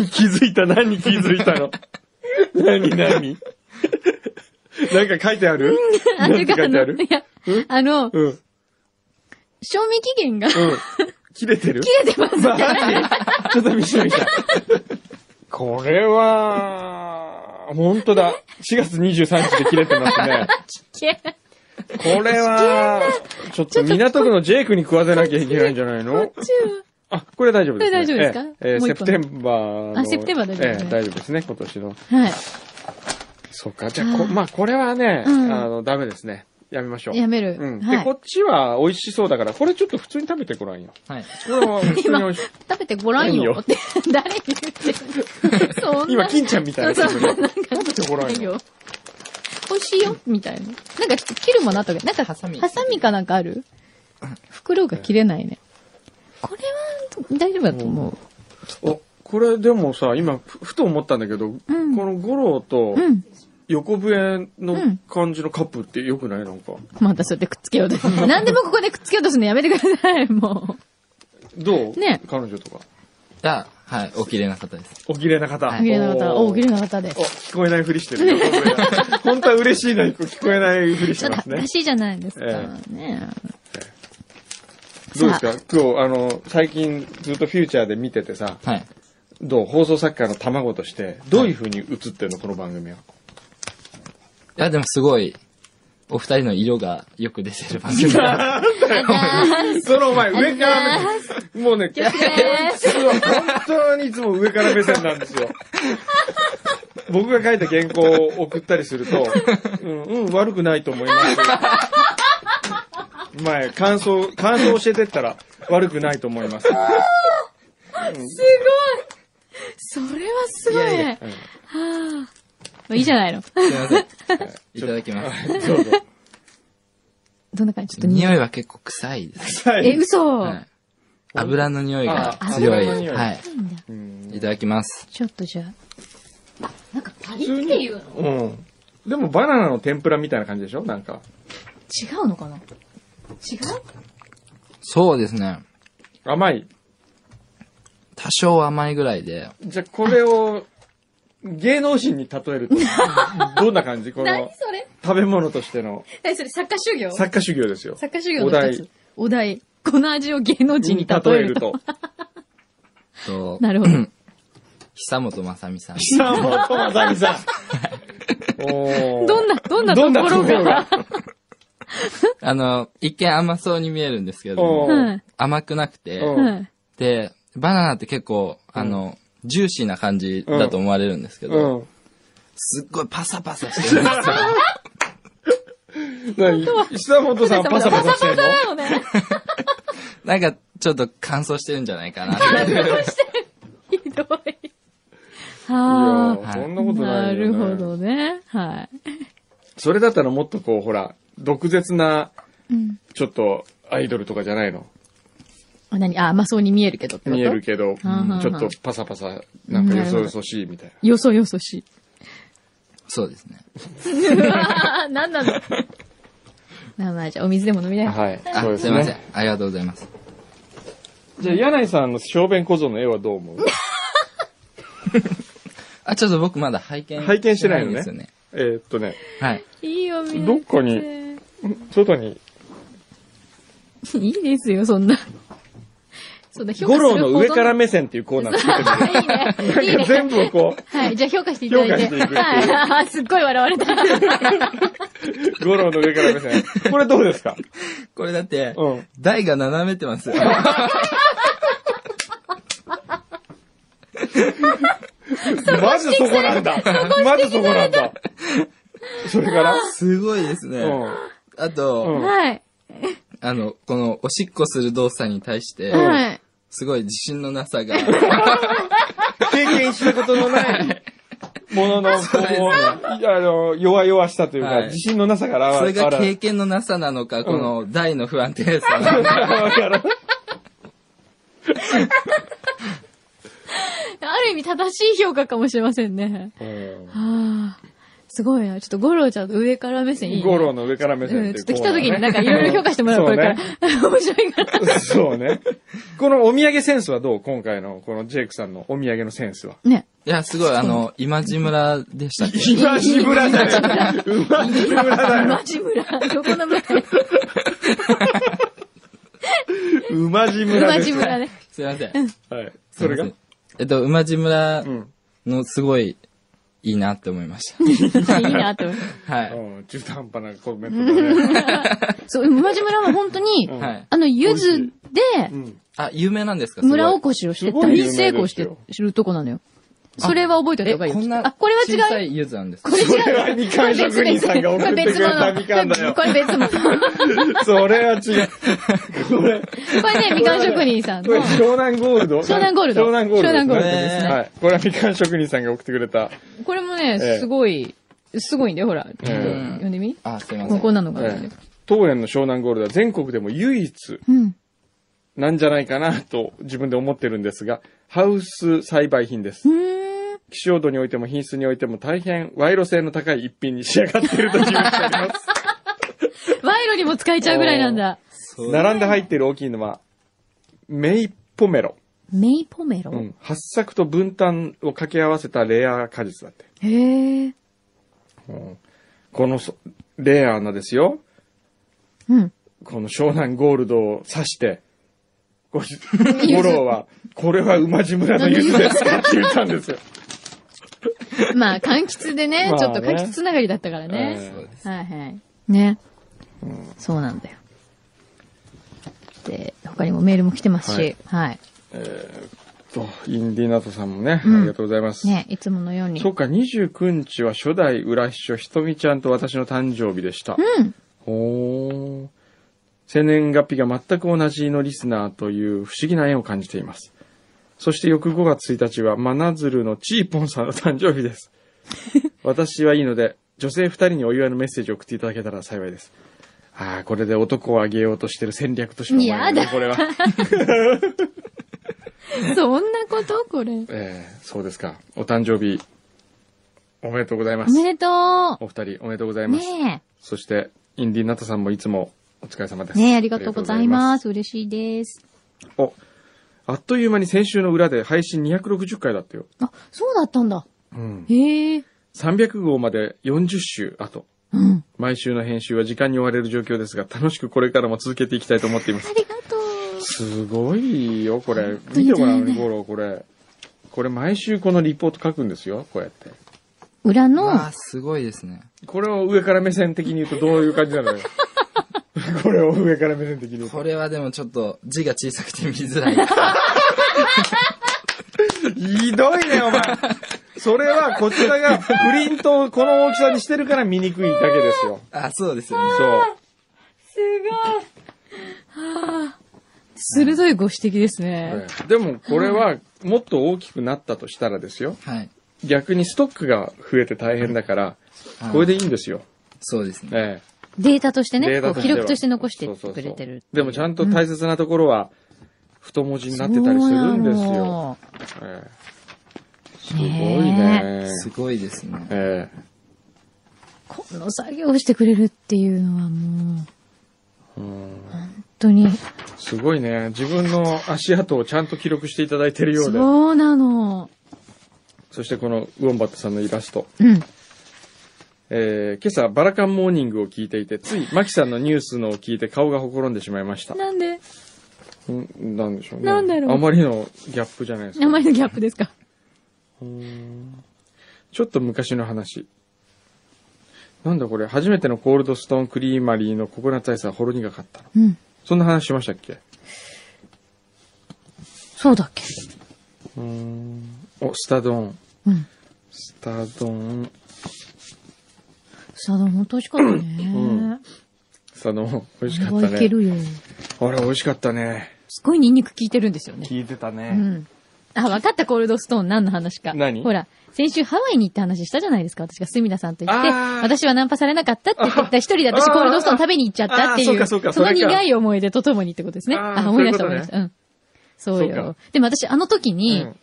Speaker 1: 気づいた何気づいたの何何 なんか書いてある
Speaker 2: あ
Speaker 1: なんて書いてあ
Speaker 2: の、
Speaker 1: る
Speaker 2: いや、あの、
Speaker 1: うん。うん。
Speaker 2: 賞味期限が切
Speaker 1: 切れてる
Speaker 2: れてます。
Speaker 1: マジちょっと見せてみた。これは、本当だ。4月23日で切れてますね。これは、ちょっと港区のジェイクに食わせなきゃいけないんじゃないのあ、これ大丈夫です、
Speaker 2: こ
Speaker 1: ね。
Speaker 2: れ大丈夫ですか
Speaker 1: えええ
Speaker 2: も
Speaker 1: え
Speaker 2: う
Speaker 1: セ
Speaker 2: 一
Speaker 1: プ
Speaker 2: 個
Speaker 1: テンバーの。
Speaker 2: あセプテンバー大丈夫です
Speaker 1: え
Speaker 2: ね
Speaker 1: え大丈夫ですね、今年の。
Speaker 2: は
Speaker 1: そうか。じゃあ、こまあ、これはね、
Speaker 2: うん
Speaker 1: あの、ダメですね。やめましょう。
Speaker 2: い。やめる。
Speaker 1: うん。
Speaker 2: は
Speaker 1: で、こ
Speaker 2: い。
Speaker 1: っちは美味しそうだから、これちょっと普通に食べてごらんよ。
Speaker 4: はい。
Speaker 1: これは普通に美 味しい。
Speaker 2: 食べてごらんよって、誰に言ってるそんな。
Speaker 1: 今、金ちゃんみたいな
Speaker 2: そう
Speaker 1: やつ
Speaker 2: そうなんか
Speaker 1: 食べてごらんよ。。
Speaker 2: 美味しいよ、みたいな。なんか、切るものあったけど、なんか、ハ
Speaker 4: ハサ
Speaker 2: サ
Speaker 4: ミ
Speaker 2: ミかなんかある袋が切れないね。これは、大丈夫だと思う。
Speaker 1: お、これでもさ、今、ふふと思ったんだけど、
Speaker 2: ん
Speaker 1: この五郎と
Speaker 2: うん。
Speaker 1: 横笛
Speaker 2: う
Speaker 1: の
Speaker 2: ん
Speaker 1: 感じのカップってよくないなんか。
Speaker 2: またそれでくっつけようと。 何でもここでくっつけようとするのやめてください、もう。
Speaker 1: どう
Speaker 2: ね
Speaker 1: 彼女とか。
Speaker 4: じゃあ、はい、起きれなかったです。
Speaker 1: お綺麗な方。
Speaker 4: は
Speaker 2: お綺麗な方。お、お綺麗な方です
Speaker 1: お、。聞こえないふりしてるよ。これは本当は嬉しいのに聞こえないふりし
Speaker 2: ち
Speaker 1: て
Speaker 2: ょっと
Speaker 1: ま
Speaker 2: 恥ず
Speaker 1: すね
Speaker 2: か。しいじゃないですか。
Speaker 1: え
Speaker 2: ね
Speaker 1: どうですか今日、あの、最近ずっとフューチャーで見ててさ、
Speaker 4: はい。
Speaker 1: どう放送作家の卵として、どういうふうに映ってるのこの番組は。
Speaker 4: いや、でもすごい、お二人の色がよく出てる番組
Speaker 1: そのお前、 上から目、もうね、
Speaker 2: 曲です
Speaker 1: 本当にいつも上から目線なんですよ。僕が書いた原稿を送ったりすると、うん、うん、悪くないと思います。前、感想、感想教えてったら、悪くないと思います。
Speaker 2: それはすごいね。
Speaker 1: うん
Speaker 2: はあ。いいじゃない の。
Speaker 4: すいません。いただきます。
Speaker 1: どうぞ。
Speaker 2: どんな感じちょっと匂
Speaker 4: 匂
Speaker 2: い。
Speaker 4: いは結構臭いです。
Speaker 1: はい
Speaker 2: え、嘘。
Speaker 4: はい。油の匂いが
Speaker 1: あ
Speaker 4: 強い。
Speaker 1: 油の匂い
Speaker 4: はい。
Speaker 2: いいんだ
Speaker 1: うん
Speaker 4: いただきます。
Speaker 2: ちょっとじゃあ。なんかパリ
Speaker 1: 普通に
Speaker 2: うの
Speaker 1: うん。でもバナナの天ぷらみたいな感じでしょなんか。
Speaker 2: 違うのかな違う
Speaker 4: そうですね。
Speaker 1: 甘い。
Speaker 4: 多少甘いぐらいで、
Speaker 1: じゃ、これを、芸能人に例えると、どんな感じこの
Speaker 2: 何、それ
Speaker 1: 食べ物としての、
Speaker 2: 何それ作家修行
Speaker 1: 作家修行ですよ。
Speaker 2: 作家修行の一つ。お題。この味を芸能人に例えると。。
Speaker 4: と、
Speaker 2: なるほど。
Speaker 4: 久本雅美さん。
Speaker 1: 久本雅美さん。おー
Speaker 2: どんな、どんなところ
Speaker 1: どんな
Speaker 2: が。
Speaker 1: とこ
Speaker 4: あの、一見甘そうに見えるんですけれど
Speaker 1: ろ
Speaker 4: も、
Speaker 1: が
Speaker 2: はい
Speaker 4: 甘くなくて、
Speaker 1: うん
Speaker 2: はい。
Speaker 4: で、バナナって結構、あの、ジューシーな感じだと思われるんですけ
Speaker 1: う
Speaker 4: ど、
Speaker 1: ん。うん。
Speaker 4: すっごいパサパサ してるんですよ。
Speaker 1: 久本さんパサパサしてんの
Speaker 2: だよね。
Speaker 4: なんか、ちょっと乾燥してるんじゃないかな っていう。
Speaker 2: ひどい。
Speaker 1: い
Speaker 2: は
Speaker 1: や
Speaker 4: あー
Speaker 1: そんな
Speaker 2: あ。
Speaker 1: ことな
Speaker 2: ない
Speaker 1: よ
Speaker 2: る
Speaker 1: ね
Speaker 2: ほどね。はい。
Speaker 1: それだったらもっとこう、ほら、毒舌な、
Speaker 2: うん。
Speaker 1: ちょっと、アイドルとかじゃないの
Speaker 2: あ、何あ、甘そうに見えるけどってこと
Speaker 1: 見えるけど、ち
Speaker 2: はあはあ
Speaker 1: ょっとパサパサ、なんかよそよそしいみたい
Speaker 2: よそよそ しい。
Speaker 4: そうですね。
Speaker 2: うわーなんなの まあまあ、じゃあお水でも飲みな
Speaker 1: な。
Speaker 2: よ。
Speaker 1: はい。
Speaker 4: あ、
Speaker 1: そうですす
Speaker 4: いません
Speaker 1: ね。。
Speaker 4: ありがとうございます。
Speaker 1: じゃあ、柳井さんの小便小僧の絵はどう思う
Speaker 4: あ、ちょっと僕まだ拝見
Speaker 1: 拝見して ないのね
Speaker 4: してんです
Speaker 1: えーっとね、
Speaker 4: よね。はい。
Speaker 2: いいよ、みんな。
Speaker 1: どっかに。外に、
Speaker 2: いいですよ、そんな。そんな評価
Speaker 1: 五
Speaker 2: するほ
Speaker 1: 郎
Speaker 2: ど
Speaker 1: の上から目線っていうコーナー作って
Speaker 2: いいね。
Speaker 1: みる。なんか全部をこ
Speaker 2: はい、じゃあ評価していただいて。
Speaker 1: 評価していくっていう
Speaker 2: はい。すっごい笑われた。
Speaker 1: う、五郎の上から目線。これどうですか
Speaker 4: これだって、
Speaker 1: うん
Speaker 4: 台が斜めてますよ。
Speaker 1: まずそこなんだ。まずそこなんだ。それから、
Speaker 4: すごいですね。
Speaker 1: う
Speaker 4: あと、
Speaker 1: うん
Speaker 2: はい。
Speaker 4: あの、この、おしっこする動作に対して、
Speaker 1: ん
Speaker 2: はい。
Speaker 4: すごい自信のな さが、
Speaker 1: 経験したことのないものの、こう、あの、弱々したという
Speaker 4: は
Speaker 1: か、
Speaker 4: い
Speaker 1: 自信のなさから
Speaker 4: そ
Speaker 1: 現
Speaker 4: れ
Speaker 1: れた。
Speaker 4: が経験のなさなのか、この台の不安定 さなのか。
Speaker 1: わからん
Speaker 2: ある意味正しい評価かもしれませんね。はあ。すごいな。ちょっとゴロちゃんと上から目線いい、ね。
Speaker 1: 五郎の上から目
Speaker 2: う
Speaker 1: 線
Speaker 2: ん、
Speaker 1: って
Speaker 2: ちょ
Speaker 1: い
Speaker 2: っ
Speaker 1: う
Speaker 2: と
Speaker 1: コ
Speaker 2: 来
Speaker 1: ー
Speaker 2: た時
Speaker 1: ナーね
Speaker 2: になんかいろいろ評価してもらおう、これから。 面白いから。
Speaker 1: そうね。このお土産センスはどう今回の、このジェイクさんのお土産のセンスは。
Speaker 2: ね。
Speaker 4: いや、すごい、あの、今地村でしたっけ
Speaker 1: 今しぶらじゃねえ。馬しぶらだよ。
Speaker 2: マジ村。 どこの村
Speaker 1: 馬地村
Speaker 2: マ
Speaker 1: です。
Speaker 2: ジ村ね。
Speaker 4: すいません。
Speaker 1: はい。それが
Speaker 4: すいませんえっと、馬地村
Speaker 1: うん。
Speaker 4: のすごい、いいなって思いまし
Speaker 2: いいなと思って。
Speaker 4: た。は
Speaker 1: う
Speaker 4: い。
Speaker 1: ん中途半端なコメントだね。
Speaker 2: そう、馬路村は本当に、
Speaker 1: うん
Speaker 4: はい。
Speaker 2: あの、ゆずで
Speaker 1: う、ん。
Speaker 4: あ、有名なんですかすごい
Speaker 2: 村おこしをして
Speaker 1: すごい有名
Speaker 2: 大
Speaker 1: です
Speaker 2: 成
Speaker 1: よ
Speaker 2: 功して知るとこなのよ。それは覚えておいた
Speaker 4: え、
Speaker 2: 方がいいよ
Speaker 4: こんな、
Speaker 2: あ、これは違
Speaker 4: 小さ
Speaker 2: う。
Speaker 4: いゆずなんですか
Speaker 2: これ違う。
Speaker 1: それはみかん職人さんが送ってくれたみかんだよ
Speaker 2: こ。れ別物。こ
Speaker 1: それは違う。これ、
Speaker 2: れ ね、みかん職人さん
Speaker 1: こ
Speaker 2: の
Speaker 1: れ。湘南ゴールド
Speaker 2: 湘南ゴールド
Speaker 1: 湘南ゴールド。
Speaker 2: 湘南ゴール
Speaker 4: ドですね
Speaker 1: はい。これはみかん職人さんが送ってくれた。
Speaker 2: これも
Speaker 1: え
Speaker 2: ね、
Speaker 1: え
Speaker 2: すごい、すごいんだよ、ほら。ちょっと
Speaker 1: え
Speaker 2: 読んでみ
Speaker 4: あ、すいませ
Speaker 2: もうんこ。んなのがあるんだ
Speaker 1: え
Speaker 2: よ
Speaker 1: え当園の湘南ゴールドは全国でも唯一
Speaker 2: うん。
Speaker 1: なんじゃないかなと自分で思ってるんですが、ハウス栽培品です
Speaker 2: う。ーん。
Speaker 1: 希少度においても品質においても大変賄賂性の高い一品に仕上がっていると自分であります。
Speaker 2: 賄賂にも使えちゃうぐらいなんだ。
Speaker 1: 並んで入っている大きいのは、メイポメロ。
Speaker 2: メイポメロ、
Speaker 1: うん。発作と分担を掛け合わせたレア果実だって。
Speaker 2: へえ。
Speaker 1: うんこのそ、レアなですよ。
Speaker 2: うん。
Speaker 1: この湘南ゴールドを刺して、ごし五郎は、これは馬路村のゆずですかって言ったんですよ。
Speaker 2: まあ、柑橘でね、
Speaker 1: まあね
Speaker 2: ちょっと柑橘つながりだったからね。
Speaker 1: え
Speaker 2: はいはい。ね。そうなんだよ。で、他にもメールも来てますし、はい。
Speaker 1: ーと、インディナートさんもね、
Speaker 2: うん
Speaker 1: ありがとうございます。
Speaker 2: ね、いつものように。
Speaker 1: そうか、29日は初代裏秘書ひとみちゃんと私の誕生日でした。
Speaker 2: うん。
Speaker 1: ほー。生年月日が全く同じのリスナーという不思議な縁を感じています。そして翌5月1日は真鶴のチーポンさんの誕生日 です。私はいいので、女性2人にお祝いのメッセージを送っていただけたら幸いです。ああ、これで男をあげようとしてる戦略としか思えないね
Speaker 2: やだ
Speaker 1: これは。
Speaker 2: そんなことこれ。
Speaker 1: えーそうですか。お誕生日、おめでとうございま
Speaker 2: お
Speaker 1: す。
Speaker 2: めでと。
Speaker 1: お二人、おめでとうございうます。
Speaker 2: ね
Speaker 1: そして、インディナタさんもいつもお疲れ様で
Speaker 2: え。
Speaker 1: す。
Speaker 2: ねえ、ありがとうござい
Speaker 1: ありがとうござい
Speaker 2: ま
Speaker 1: ます
Speaker 2: す。嬉しいです。
Speaker 1: お、あっという間に先週の裏で配信260回だったよ。
Speaker 2: あ、そうだったんだ。
Speaker 1: うん。
Speaker 2: へえ。
Speaker 1: 300号まで40週後。
Speaker 2: うん。
Speaker 1: 毎週の編集は時間に追われる状況ですが、楽しくこれからも続けていきたいと思っていま
Speaker 2: あ
Speaker 1: す。
Speaker 2: りがとう。
Speaker 1: すごいよ、これ。見てごらん、
Speaker 2: ね
Speaker 1: ゴロ、これ。これ毎週このリポート書くんですよ、こうやって。
Speaker 2: 裏の、
Speaker 4: ああ、すごいですね。
Speaker 1: これを上から目線的に言うとどういう感じ なのよ。これを上から目線的に言う。
Speaker 4: ことれはでもちょっと字が小さくて見 づらい。あ
Speaker 1: ひどいね、お前。それはこちらがプリントをこの大きさにしてるから見にくいだけですよ。
Speaker 4: あ、そうですよね。
Speaker 1: そう。
Speaker 2: すごい。はあ。 鋭いご指摘ですね。
Speaker 1: ええでもこれはもっと大きくなったとしたらですよ。
Speaker 4: はい。
Speaker 1: 逆にストックが増えて大変だから、これでいいんですよ。
Speaker 4: そうですね。
Speaker 1: え
Speaker 2: データとして
Speaker 1: え、
Speaker 2: ね、こう記
Speaker 1: は
Speaker 2: 録として残して
Speaker 1: そうそうそ
Speaker 2: く
Speaker 1: う
Speaker 2: れてる。
Speaker 1: でもちゃんと大切なところは太文字になってたりするんです
Speaker 2: そうな
Speaker 1: よ。
Speaker 2: の
Speaker 1: ええすごい
Speaker 2: ね
Speaker 1: ね。
Speaker 4: すごいですね。
Speaker 1: ええ
Speaker 2: この作業をしてくれるっていうのはもう、
Speaker 1: うん
Speaker 2: 本当に。
Speaker 1: すごいね。自分の足跡をちゃんと記録していただいてるようで。
Speaker 2: そうなの。
Speaker 1: そしてこのウォンバットさんのイラスト。
Speaker 2: うん。
Speaker 1: えー今朝、バラカンモーニングを聞いていて、つい、マキさんのニュースのを聞いて顔がほころんでしまいました。
Speaker 2: なんで、
Speaker 1: んなんでしょうね。
Speaker 2: なんだろう
Speaker 1: あまりのギャップじゃないですか。
Speaker 2: 名前のギャップですか
Speaker 1: ちょっと昔の話。なんだこれ、初めてのコールドストーンクリーマリーのココナッツアイスはほろ苦かったの。
Speaker 2: うん。
Speaker 1: そんな話しましたっけ
Speaker 2: そうだっけ
Speaker 1: うーん。お、スタドーン。
Speaker 2: うん。
Speaker 1: スタドーン。
Speaker 2: さあ、でも本当美味しかったね。
Speaker 1: んスタドーン。美味しか
Speaker 2: こ
Speaker 1: っ
Speaker 2: れ
Speaker 1: た
Speaker 2: はいけ
Speaker 1: ね。
Speaker 2: るよ。
Speaker 1: あれ、美味しかったね。
Speaker 2: すごいニンニク効いてるんですよね。
Speaker 1: 聞いてた
Speaker 2: う。ん。あ、わかった、コールドストーン何の話か。
Speaker 1: 何
Speaker 2: ほら、先週ハワイに行った話したじゃないですか、私が隅田さんと行って
Speaker 1: あー、
Speaker 2: 私はナンパされなかったって言 った一人で私
Speaker 1: あー
Speaker 2: コールドストーン食べに行っちゃったってい
Speaker 1: あーそう
Speaker 2: う、
Speaker 1: かそうか
Speaker 2: の
Speaker 1: それか
Speaker 2: 苦い思い出とともにってことですね。
Speaker 1: あ
Speaker 2: あ
Speaker 1: ー
Speaker 2: 思い出した
Speaker 1: そう
Speaker 2: 思い
Speaker 1: いう
Speaker 2: 出
Speaker 1: こ
Speaker 2: し
Speaker 1: と
Speaker 2: た。うん。そう
Speaker 1: そうか
Speaker 2: よ。でも私あの時に、
Speaker 1: うん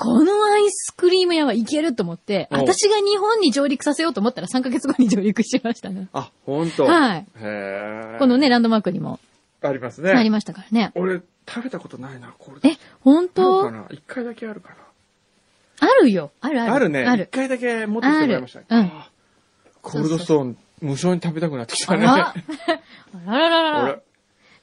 Speaker 2: このアイスクリーム屋はいけると思って、
Speaker 1: おう
Speaker 2: 私が日本に上陸させようと思ったら3ヶ月後に上陸しましたね。
Speaker 1: あ、ほんと。
Speaker 2: はい
Speaker 1: へー
Speaker 2: この。ね、ランドマークにも
Speaker 1: ありますね。
Speaker 2: なりましたからね。
Speaker 1: 俺、食べたことないな、コールド
Speaker 2: え、本
Speaker 1: あ
Speaker 2: 当
Speaker 1: るかな一回だけあるかな
Speaker 2: あるよ。あるある。
Speaker 1: あるね。
Speaker 2: あ
Speaker 1: 一
Speaker 2: る。
Speaker 1: 回だけ持ってきてもらいましたね。
Speaker 2: あるうん
Speaker 1: あーコールドストーン、無性に食べたくなってき
Speaker 2: あ
Speaker 1: たね。
Speaker 2: らあらららら
Speaker 1: 俺、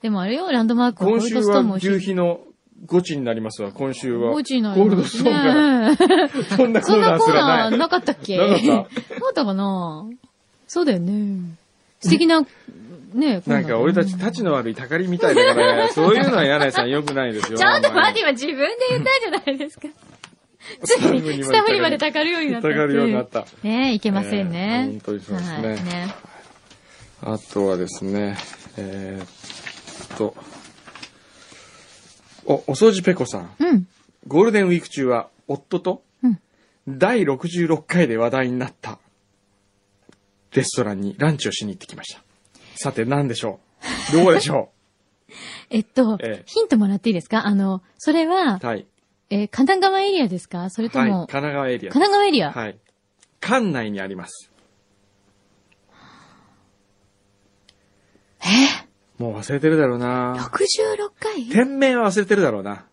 Speaker 2: でもあれよ、ランドマークは
Speaker 1: 今
Speaker 2: ゴール
Speaker 1: 週
Speaker 2: ドストー
Speaker 1: は
Speaker 2: ンも美
Speaker 1: 牛
Speaker 2: 味しい。
Speaker 1: 皮のゴチになりますわ、今週は。
Speaker 2: ゴチの
Speaker 1: ゴールドストーン
Speaker 2: ねえ
Speaker 1: が。そんな コ
Speaker 2: そ
Speaker 1: ー
Speaker 2: んな
Speaker 1: ナー
Speaker 2: コ
Speaker 1: す
Speaker 2: ー
Speaker 1: ら
Speaker 2: ナ
Speaker 1: な
Speaker 2: ー
Speaker 1: い。
Speaker 2: なかったっけ
Speaker 1: なかった
Speaker 2: なったかなそうだよね。素敵な、ねえ、コーナーだ
Speaker 1: な
Speaker 2: ね
Speaker 1: んか俺たち、立ちの悪いたかりみたい だから、そういうのは柳井さん良くないですよ。
Speaker 2: ちょっと待って、
Speaker 1: て
Speaker 2: 今自分で言ったじゃないです か。つ
Speaker 1: タッ
Speaker 2: い
Speaker 1: フにまで
Speaker 2: に、スタッフにまでたかるようになったってい。
Speaker 1: たかるようになった
Speaker 2: ねえ、いけませんね。
Speaker 1: ええ本当にそうですね
Speaker 2: はいね
Speaker 1: あとはですね、えーっと、お、お掃除ペコさん。
Speaker 2: うん。
Speaker 1: ゴールデンウィーク中は、夫と
Speaker 2: うん、
Speaker 1: 第66回で話題になった、レストランにランチをしに行ってきました。さて、何でしょうどうでしょ
Speaker 2: えっと
Speaker 1: ええ、
Speaker 2: ヒントもらっていいですかあの、それは
Speaker 1: う、はい。
Speaker 2: えー、神奈川エリアですかそれと
Speaker 1: はい。神
Speaker 2: も、神
Speaker 1: 奈川エリア。
Speaker 2: 奈川エリア
Speaker 1: はい。館内にあります。えもう忘れてるだろうな
Speaker 2: 66回
Speaker 1: 店名は忘れてるだろうな。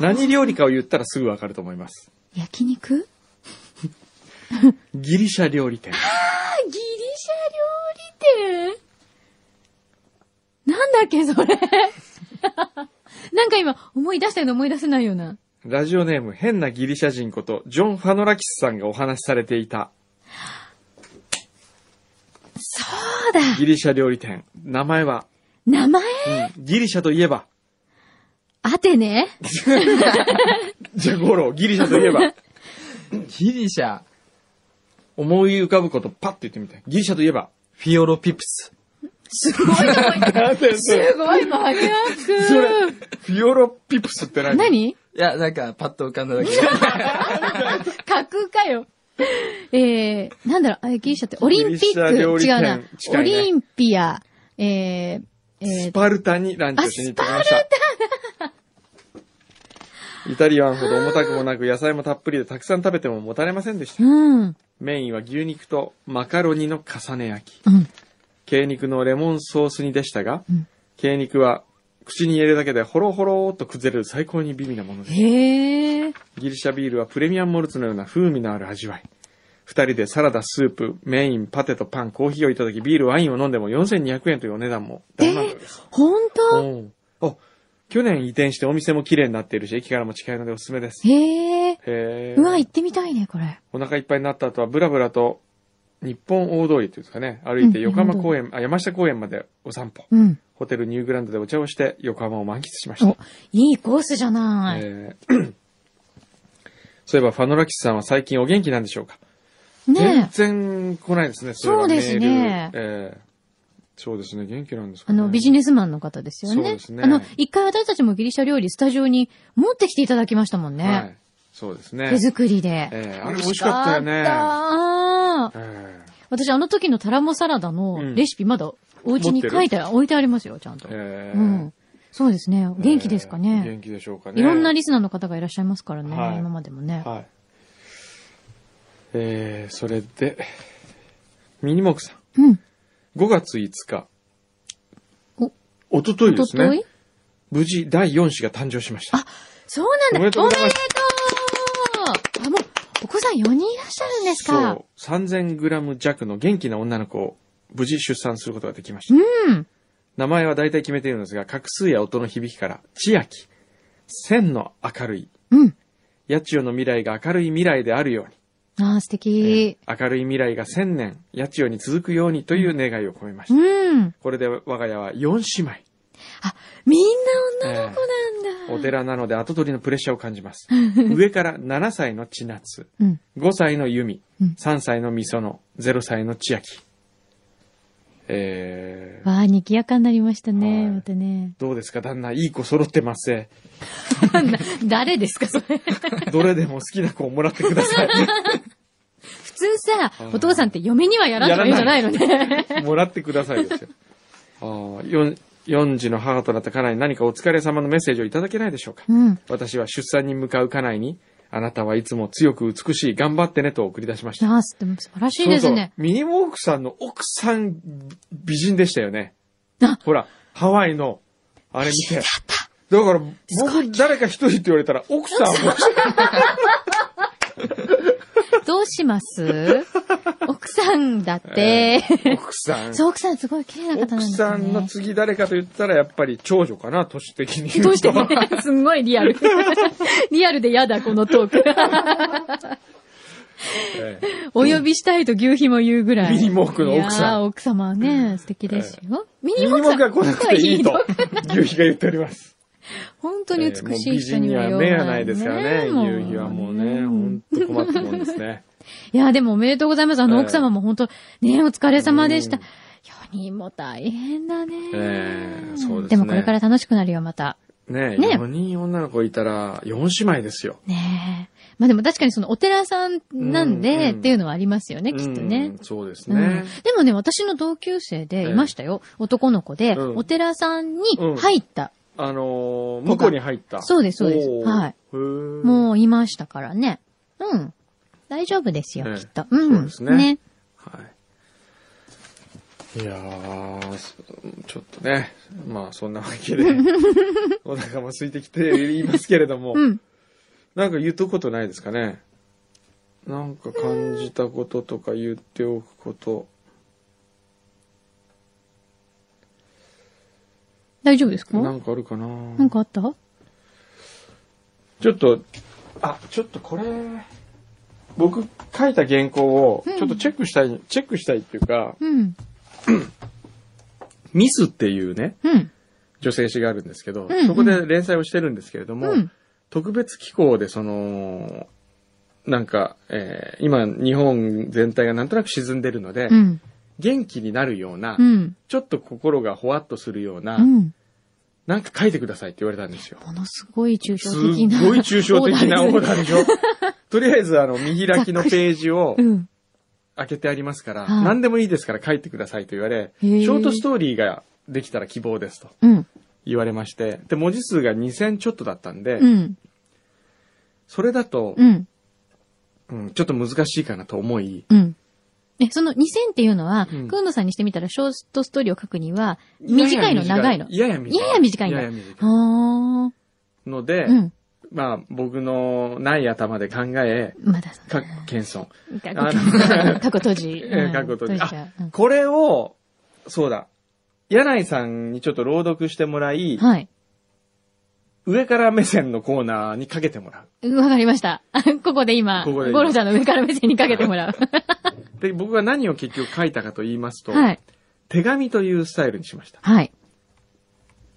Speaker 1: 何料理かを言ったらすぐわかると思います。
Speaker 2: 焼肉
Speaker 1: ギリシャ料理店。
Speaker 2: あ、ギリシャ料理店なんだっけ、それ。 なんか今、思い出したような思い出せないような。
Speaker 1: ラジオネーム変なギリシャ人こと、ジョン・ファノラキスさんがお話しされていた
Speaker 2: そうだ
Speaker 1: ギリシャ料理店。名前は、
Speaker 2: 名前
Speaker 1: うんギリシャといえば、
Speaker 2: アテネ
Speaker 1: じゃあゴロ、ギリシャといえ ば、
Speaker 4: ギリシャ、
Speaker 1: 思い浮かぶことパッと言ってみて。ギリシャといえば、
Speaker 4: フィオロピプス。
Speaker 2: すごいな、
Speaker 1: なんでそれ
Speaker 2: すごいマニア
Speaker 1: それ
Speaker 2: ッ、
Speaker 1: フィオロピプスって
Speaker 2: ク。
Speaker 1: 何
Speaker 2: 何
Speaker 4: いや、なんか、パッと浮かんだだけ。
Speaker 2: 架空かよ。えー、なんだろう、あギリシャって、オリンピッ
Speaker 1: ギリシャ料
Speaker 2: ク、
Speaker 1: 理
Speaker 2: 違
Speaker 1: 店
Speaker 2: うな、
Speaker 1: 近
Speaker 2: オ
Speaker 1: いね
Speaker 2: リンピア、えー、え
Speaker 1: ス
Speaker 2: ー、
Speaker 1: パルタにランチをしに行ってきました。イタリアンほど重たくもなく野菜もたっぷりでたくさん食べてももたれませんでした。
Speaker 2: うん、
Speaker 1: メインは牛肉とマカロニの重ね焼き。
Speaker 2: うん、
Speaker 1: 鶏肉のレモンソース煮でしたが、
Speaker 2: うん
Speaker 1: 鶏肉は口に入れるだけでホロホローっと崩れる最高に美味なものです。
Speaker 2: へー、
Speaker 1: ギリシャビールはプレミアムモルツのような風味のある味わい。二人でサラダ、スープ、メイン、パテとパン、コーヒーをいただき、ビール、ワインを飲んでも4200円というお値段も大満足です。
Speaker 2: ほんと
Speaker 1: おうあ、去年移転してお店も綺麗になっているし、駅からも近いのでおすすめです。
Speaker 2: へー、
Speaker 1: へー
Speaker 2: うわ、行ってみたいね、これ。
Speaker 1: お腹いっぱいになった後はブラブラと日本大通りというんですかね、歩いて横浜公園、あ、山下公園までお散歩。
Speaker 2: うん。
Speaker 1: ホテルニューグランドでお茶をして横浜を満喫しました
Speaker 2: お。、いいコースじゃない。
Speaker 1: えー そういえばファノラキスさんは最近お元気なんでしょうか、
Speaker 2: ねえ。
Speaker 1: 全然来ないですね、れは
Speaker 2: そうですね
Speaker 1: メールえーそうですね、元気なんですか
Speaker 2: あ
Speaker 1: ね。
Speaker 2: の、ビジネスマンの方ですよね。
Speaker 1: そうですね
Speaker 2: あの、一回私たちもギリシャ料理スタジオに持ってきていただきましたもんね。
Speaker 1: はい。そうですね。
Speaker 2: 手作りで。
Speaker 1: えーあれ美味しかったよね
Speaker 2: 美味しかった
Speaker 1: えー
Speaker 2: 私あの時のタラモサラダのレシピまだお家に書いて置いてありますよ、ちゃんと。
Speaker 1: えー
Speaker 2: うん。そうですね。元気ですか
Speaker 1: えー元
Speaker 2: ね。
Speaker 1: 気でしょうかね。
Speaker 2: いろんなリスナーの方がいらっしゃいますからね、
Speaker 1: はい
Speaker 2: 今までもね。
Speaker 1: はい。えー、それで、ミニモクさ
Speaker 2: うん。
Speaker 1: ん、5月5日。
Speaker 2: お、
Speaker 1: おとといです
Speaker 2: おとと
Speaker 1: ね
Speaker 2: い。
Speaker 1: 無事、第4子が誕生しました。
Speaker 2: そうなんだ。
Speaker 1: おめでとうございます
Speaker 2: おめでとうあ、もう、お子さん4人いらっしゃるんです
Speaker 1: そ
Speaker 2: か
Speaker 1: う。3000グラム弱の元気な女の子を無事出産することができました。
Speaker 2: うん。
Speaker 1: 名前は大体決めているのですが、画数や音の響きから、千秋、千の明るい、
Speaker 2: うん。
Speaker 1: 八千代の未来が明るい未来であるように、
Speaker 2: あー、素敵。
Speaker 1: 明るい未来が千年、八千代に続くようにという願いを込めました。
Speaker 2: うん。
Speaker 1: これで我が家は4姉妹。
Speaker 2: みんな女の子なんだ。
Speaker 1: お寺なので後取りのプレッシャーを感 じます。上から7歳の千夏、
Speaker 2: うん。
Speaker 1: 5歳の由美、
Speaker 2: うん
Speaker 1: 3歳のみその、0歳の千秋。えー、
Speaker 2: わあ、賑やかになりましたね、
Speaker 1: はい
Speaker 2: またね。
Speaker 1: どうですか旦那、いい子揃ってますぜ。
Speaker 2: 誰ですか、それ。
Speaker 1: どれでも好きな子をもらってくださ い。
Speaker 2: 普通さ
Speaker 1: う、ん
Speaker 2: お父さんって嫁にはやらんとか言うんじゃないのね。
Speaker 1: もらってくださいですよ。あーよ4児の母となった家内に何かお疲れ様のメッセージをいただけないでしょうか、
Speaker 2: うん。
Speaker 1: 私は出産に向かう家内に、あなたはいつも強く美しい、頑張ってねと送り出しました。
Speaker 2: ああ、す素晴らしいですね。
Speaker 1: そうそうミニモークさんの奥さん美人でしたよね
Speaker 2: あ。
Speaker 1: ほら、ハワイの、あれ見て。だから、僕、誰か一人って言われたら、奥さんも、
Speaker 2: どうします 奥さんだって。
Speaker 1: 奥さん。
Speaker 2: そう、奥さんすごい綺麗な方なん
Speaker 1: 奥
Speaker 2: ですよ
Speaker 1: さ
Speaker 2: ね。
Speaker 1: んの次誰かと言ったら、やっぱり長女かな、都市的に言うと。
Speaker 2: どうして ねすんごいリアル。リアルで嫌だ、このトーク。
Speaker 1: ええ
Speaker 2: お呼びしたいと牛皮も言うぐらい。
Speaker 1: ミニモークの奥さん
Speaker 2: いやー奥様はね、素敵ですよ。ミ
Speaker 1: ミ
Speaker 2: ニ
Speaker 1: ニ
Speaker 2: モ
Speaker 1: モ
Speaker 2: ーク
Speaker 1: ー
Speaker 2: さ
Speaker 1: ク
Speaker 2: ん。
Speaker 1: が来なくていいと、牛皮が言っております。
Speaker 2: 本当に美しい人に
Speaker 1: ええ
Speaker 2: は
Speaker 1: もう
Speaker 2: よ
Speaker 1: 美
Speaker 2: う
Speaker 1: 人には目がないですからね、牛皮はもうね、ほんと困ったもんですね。
Speaker 2: いや、でもおめでとうございます。あ
Speaker 1: え
Speaker 2: の
Speaker 1: え
Speaker 2: 奥様も本当、ね、お疲れ様でした。
Speaker 1: うん
Speaker 2: 4人も大変だね。
Speaker 1: ええそうですね
Speaker 2: もこれから楽しくなるよ、また。
Speaker 1: ねえ、
Speaker 2: ねえ
Speaker 1: 4人女の子いたら、4姉妹ですよ。
Speaker 2: ねえ。まあでも確かにそのお寺さんなん
Speaker 1: うん
Speaker 2: で、
Speaker 1: うん
Speaker 2: っていうのはありますよね、きっと
Speaker 1: う
Speaker 2: ね
Speaker 1: ん。そうです
Speaker 2: うん
Speaker 1: ね。
Speaker 2: でもね、私の同級生でいましたよ。男の子で、
Speaker 1: うん
Speaker 2: お寺さんに
Speaker 1: うん
Speaker 2: 入った。
Speaker 1: あのー、向こうに入った。
Speaker 2: そうですそうです
Speaker 1: おー
Speaker 2: はい。
Speaker 1: へー
Speaker 2: もういましたからね。うん。大丈夫ですよ、
Speaker 1: ええ
Speaker 2: きっと。うん。
Speaker 1: そうですね
Speaker 2: ね。
Speaker 1: はい。いやー、そちょっとね、まあそんなわ けで、お腹も空いてきていますけれども、
Speaker 2: うん。
Speaker 1: なんか言っとくことないですかね。なんか感じたこととか言っておくこと。
Speaker 2: 大丈夫ですか
Speaker 1: な
Speaker 2: なん
Speaker 1: かあるかなん
Speaker 2: かあった
Speaker 1: ちょっと、あ、ちょっとこれ、僕書いた原稿を
Speaker 2: うん
Speaker 1: ちょっとチェックしたい、チェックしたいっていうか、
Speaker 2: うん。
Speaker 1: ミスっていうね、
Speaker 2: うん。
Speaker 1: 女性誌があるんですけど、
Speaker 2: うん
Speaker 1: そこで連載をしてるんですけれども、
Speaker 2: うん。
Speaker 1: 特別機構でその、なんか、えー今日本全体がなんとなく沈んでるので、
Speaker 2: うん。
Speaker 1: 元気になるような、
Speaker 2: うん。
Speaker 1: ちょっと心がほわっとするような、
Speaker 2: うん。
Speaker 1: なんか書いてくださいって言われたんですよ。
Speaker 2: ものすごい抽象
Speaker 1: すっ
Speaker 2: 的な。
Speaker 1: ごい抽象的なオー
Speaker 2: ーダ
Speaker 1: ダーで しょ。とりあえず、あの、見開きのページを
Speaker 2: ーうん。
Speaker 1: 開けてありますから、
Speaker 2: はい
Speaker 1: 何でもいいですから書いてくださいと言われ、シ
Speaker 2: ー
Speaker 1: ョートストーリーができたら希望ですと
Speaker 2: うん。
Speaker 1: 言われまして、で、文字数が2000ちょっとだったんで、
Speaker 2: うん。
Speaker 1: それだと、
Speaker 2: うん。
Speaker 1: うんちょっと難しいかなと思い、
Speaker 2: うん。え、その2000っていうのは、
Speaker 1: うん
Speaker 2: くんのさんにしてみたらショートストーリーを書くには、短いの長いの。
Speaker 1: やや短い。
Speaker 2: やや短いんだ
Speaker 1: やや短い
Speaker 2: あ
Speaker 1: ので、
Speaker 2: ー。うん。
Speaker 1: まあ、僕のない頭で考え、
Speaker 2: まだ
Speaker 1: か、謙遜。あ
Speaker 2: 過去閉じ。
Speaker 1: えー過去閉じ
Speaker 2: うんちゃう
Speaker 1: これを、そうだ、柳井さんにちょっと朗読してもらい、
Speaker 2: うんはい。
Speaker 1: 上から目線のコーナーにかけてもらう。
Speaker 2: わかりました。 ここで今、
Speaker 1: ここで今
Speaker 2: ゴロちゃんの上から目線にかけて もらう。
Speaker 1: で、僕が何を結局書いたかと言いますと、
Speaker 2: はい。
Speaker 1: 手紙というスタイルにしました。
Speaker 2: はい。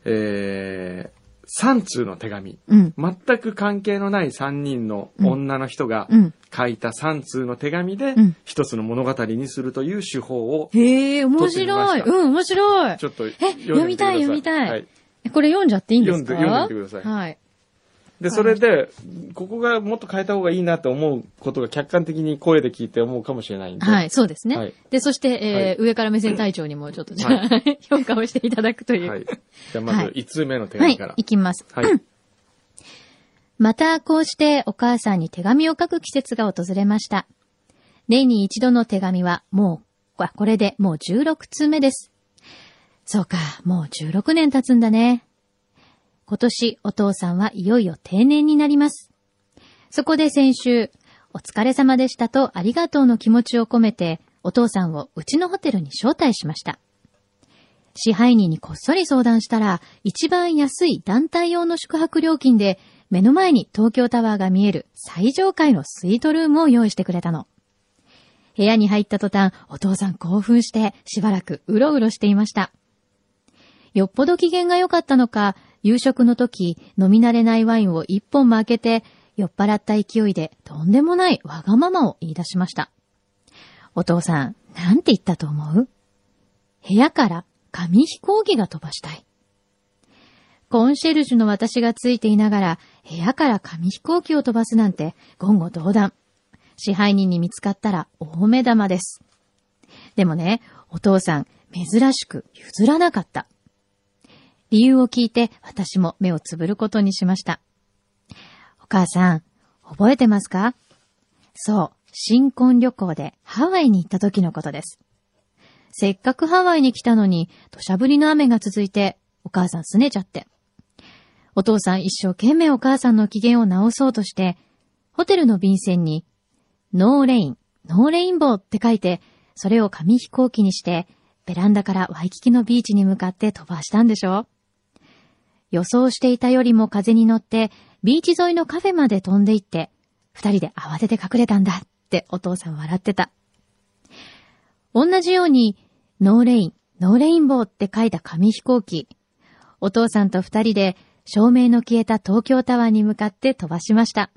Speaker 1: えー、3通の手紙。
Speaker 2: うん。
Speaker 1: 全く関係のない3人の女の人が
Speaker 2: うん。
Speaker 1: 書いた3通の手紙で
Speaker 2: うん
Speaker 1: 一つの物語にするという手法を
Speaker 2: へえ、面白い。
Speaker 1: 撮ってみました
Speaker 2: うん、面白い
Speaker 1: ち。ょっと
Speaker 2: 読みたい
Speaker 1: んでみてくださ
Speaker 2: 読みたいこれ読んじゃっていいんですか
Speaker 1: 読んで読んでみてください
Speaker 2: はい。
Speaker 1: で、それで、ここがもっと変えた方がいいなと思うことが客観的に声で聞いて思うかもしれないんで。
Speaker 2: はい、そうですね。
Speaker 1: はい
Speaker 2: で、そして、えー
Speaker 1: はい
Speaker 2: 上から目線隊長にもちょっと、じゃあ、 評価をしていただくという。
Speaker 1: は。
Speaker 2: はいい、
Speaker 1: じゃあまず1通目の手
Speaker 2: はい
Speaker 1: 紙から。
Speaker 2: いきます。
Speaker 1: はい。
Speaker 2: またこうしてお母さんに手紙を書く季節が訪れました。年に一度の手紙はもう、あこれでもう16通目です。そうか、もう16年経つんだね。今年お父さんはいよいよ定年になります。そこで先週、お疲れ様でしたとありがとうの気持ちを込めて、お父さんをうちのホテルに招待しました。支配人にこっそり相談したら、一番安い団体用の宿泊料金で、目の前に東京タワーが見える最上階のスイートルームを用意してくれたの。部屋に入った途端、お父さん興奮して、しばらくうろうろしていました。よっぽど機嫌が良かったのか、夕食の時、飲み慣れないワインを一本も開けて、酔っ払った勢いで、とんでもないわがままを言い出しました。お父さん、なんて言ったと思う部屋から紙飛行機が飛ばしたい。コンシェルジュの私がついていながら、部屋から紙飛行機を飛ばすなんて、言語道断。支配人に見つかったら大目玉です。でもね、お父さん、珍しく譲らなかった。理由を聞いて、私も目をつぶることにしました。お母さん、覚えてますかそう、新婚旅行でハワイに行った時のことです。せっかくハワイに来たのに、土砂降りの雨が続いて、お母さん拗ねちゃって。お父さん一生懸命お母さんの機嫌を直そうとして、ホテルの便箋に、ノーレイン、ノーレインボーって書いて、それを紙飛行機にして、ベランダからワイキキのビーチに向かって飛ばしたんでしょ予想していたよりも風に乗って、ビーチ沿いのカフェまで飛んでいって、二人で慌てて隠れたんだってお父さん笑ってた。同じように、ノーレイン、ノーレインボーって書いた紙飛行機。お父さんと二人で照明の消えた東京タワーに向かって飛ばしました。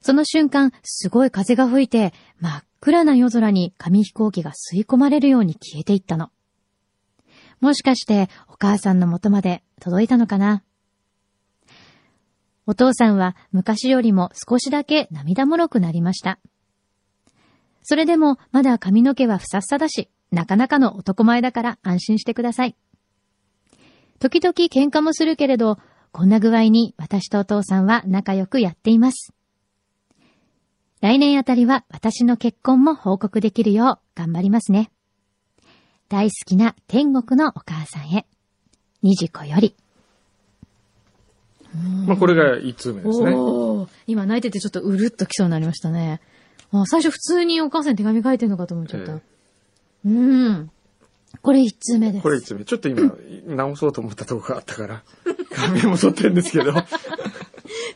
Speaker 2: その瞬間、すごい風が吹いて、真っ暗な夜空に紙飛行機が吸い込まれるように消えていったの。もしかして、お母さんの元まで届いたのかなお父さんは昔よりも少しだけ涙もろくなりました。それでもまだ髪の毛はふさふさだし、なかなかの男前だから安心してください。時々喧嘩もするけれど、こんな具合に私とお父さんは仲良くやっています。来年あたりは私の結婚も報告できるよう頑張りますね。大好きな天国のお母さんへ。にじこより。
Speaker 1: まあ、これが1通目ですね。
Speaker 5: おー今泣いててちょっとうるっときそうになりましたね。あ最初普通にお母さんに手紙書いてるのかと思っちゃった。
Speaker 1: え
Speaker 5: うん。これ一通目です。
Speaker 1: これ1通目。ちょっと今、直そうと思ったとこがあっ たから、紙も取ってるんですけど。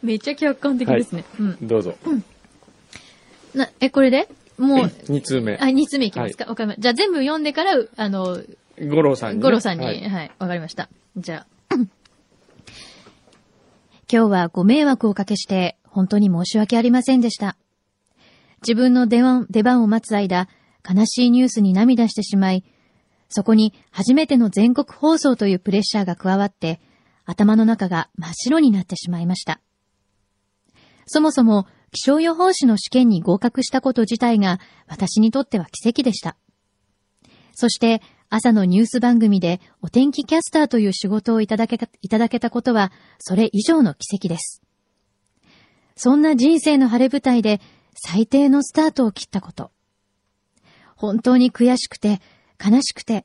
Speaker 5: めっちゃ客観的ですね。うん。
Speaker 1: どうぞ。
Speaker 5: な、え、これでもう、
Speaker 1: 2通目
Speaker 5: あ、。二つ目いきますか。わ、かりました。じゃあ全部読んでから、うあの、
Speaker 1: 五郎さんにね。
Speaker 5: 五郎さんに、
Speaker 1: は
Speaker 5: はいい、わ、かりました。じゃ
Speaker 2: 今日はご迷惑をおかけして、本当に申し訳ありませんでした。自分の出番出番を待つ間、悲しいニュースに涙してしまい、そこに初めての全国放送というプレッシャーが加わって、頭の中が真っ白になってしまいました。そもそも気象予報士の試験に合格したこと自体が私にとっては奇跡でした。そして朝のニュース番組でお天気キャスターという仕事をいただけたいただけたことはそれ以上の奇跡です。そんな人生の晴れ舞台で最低のスタートを切ったこと。本当に悔しくて悲しくて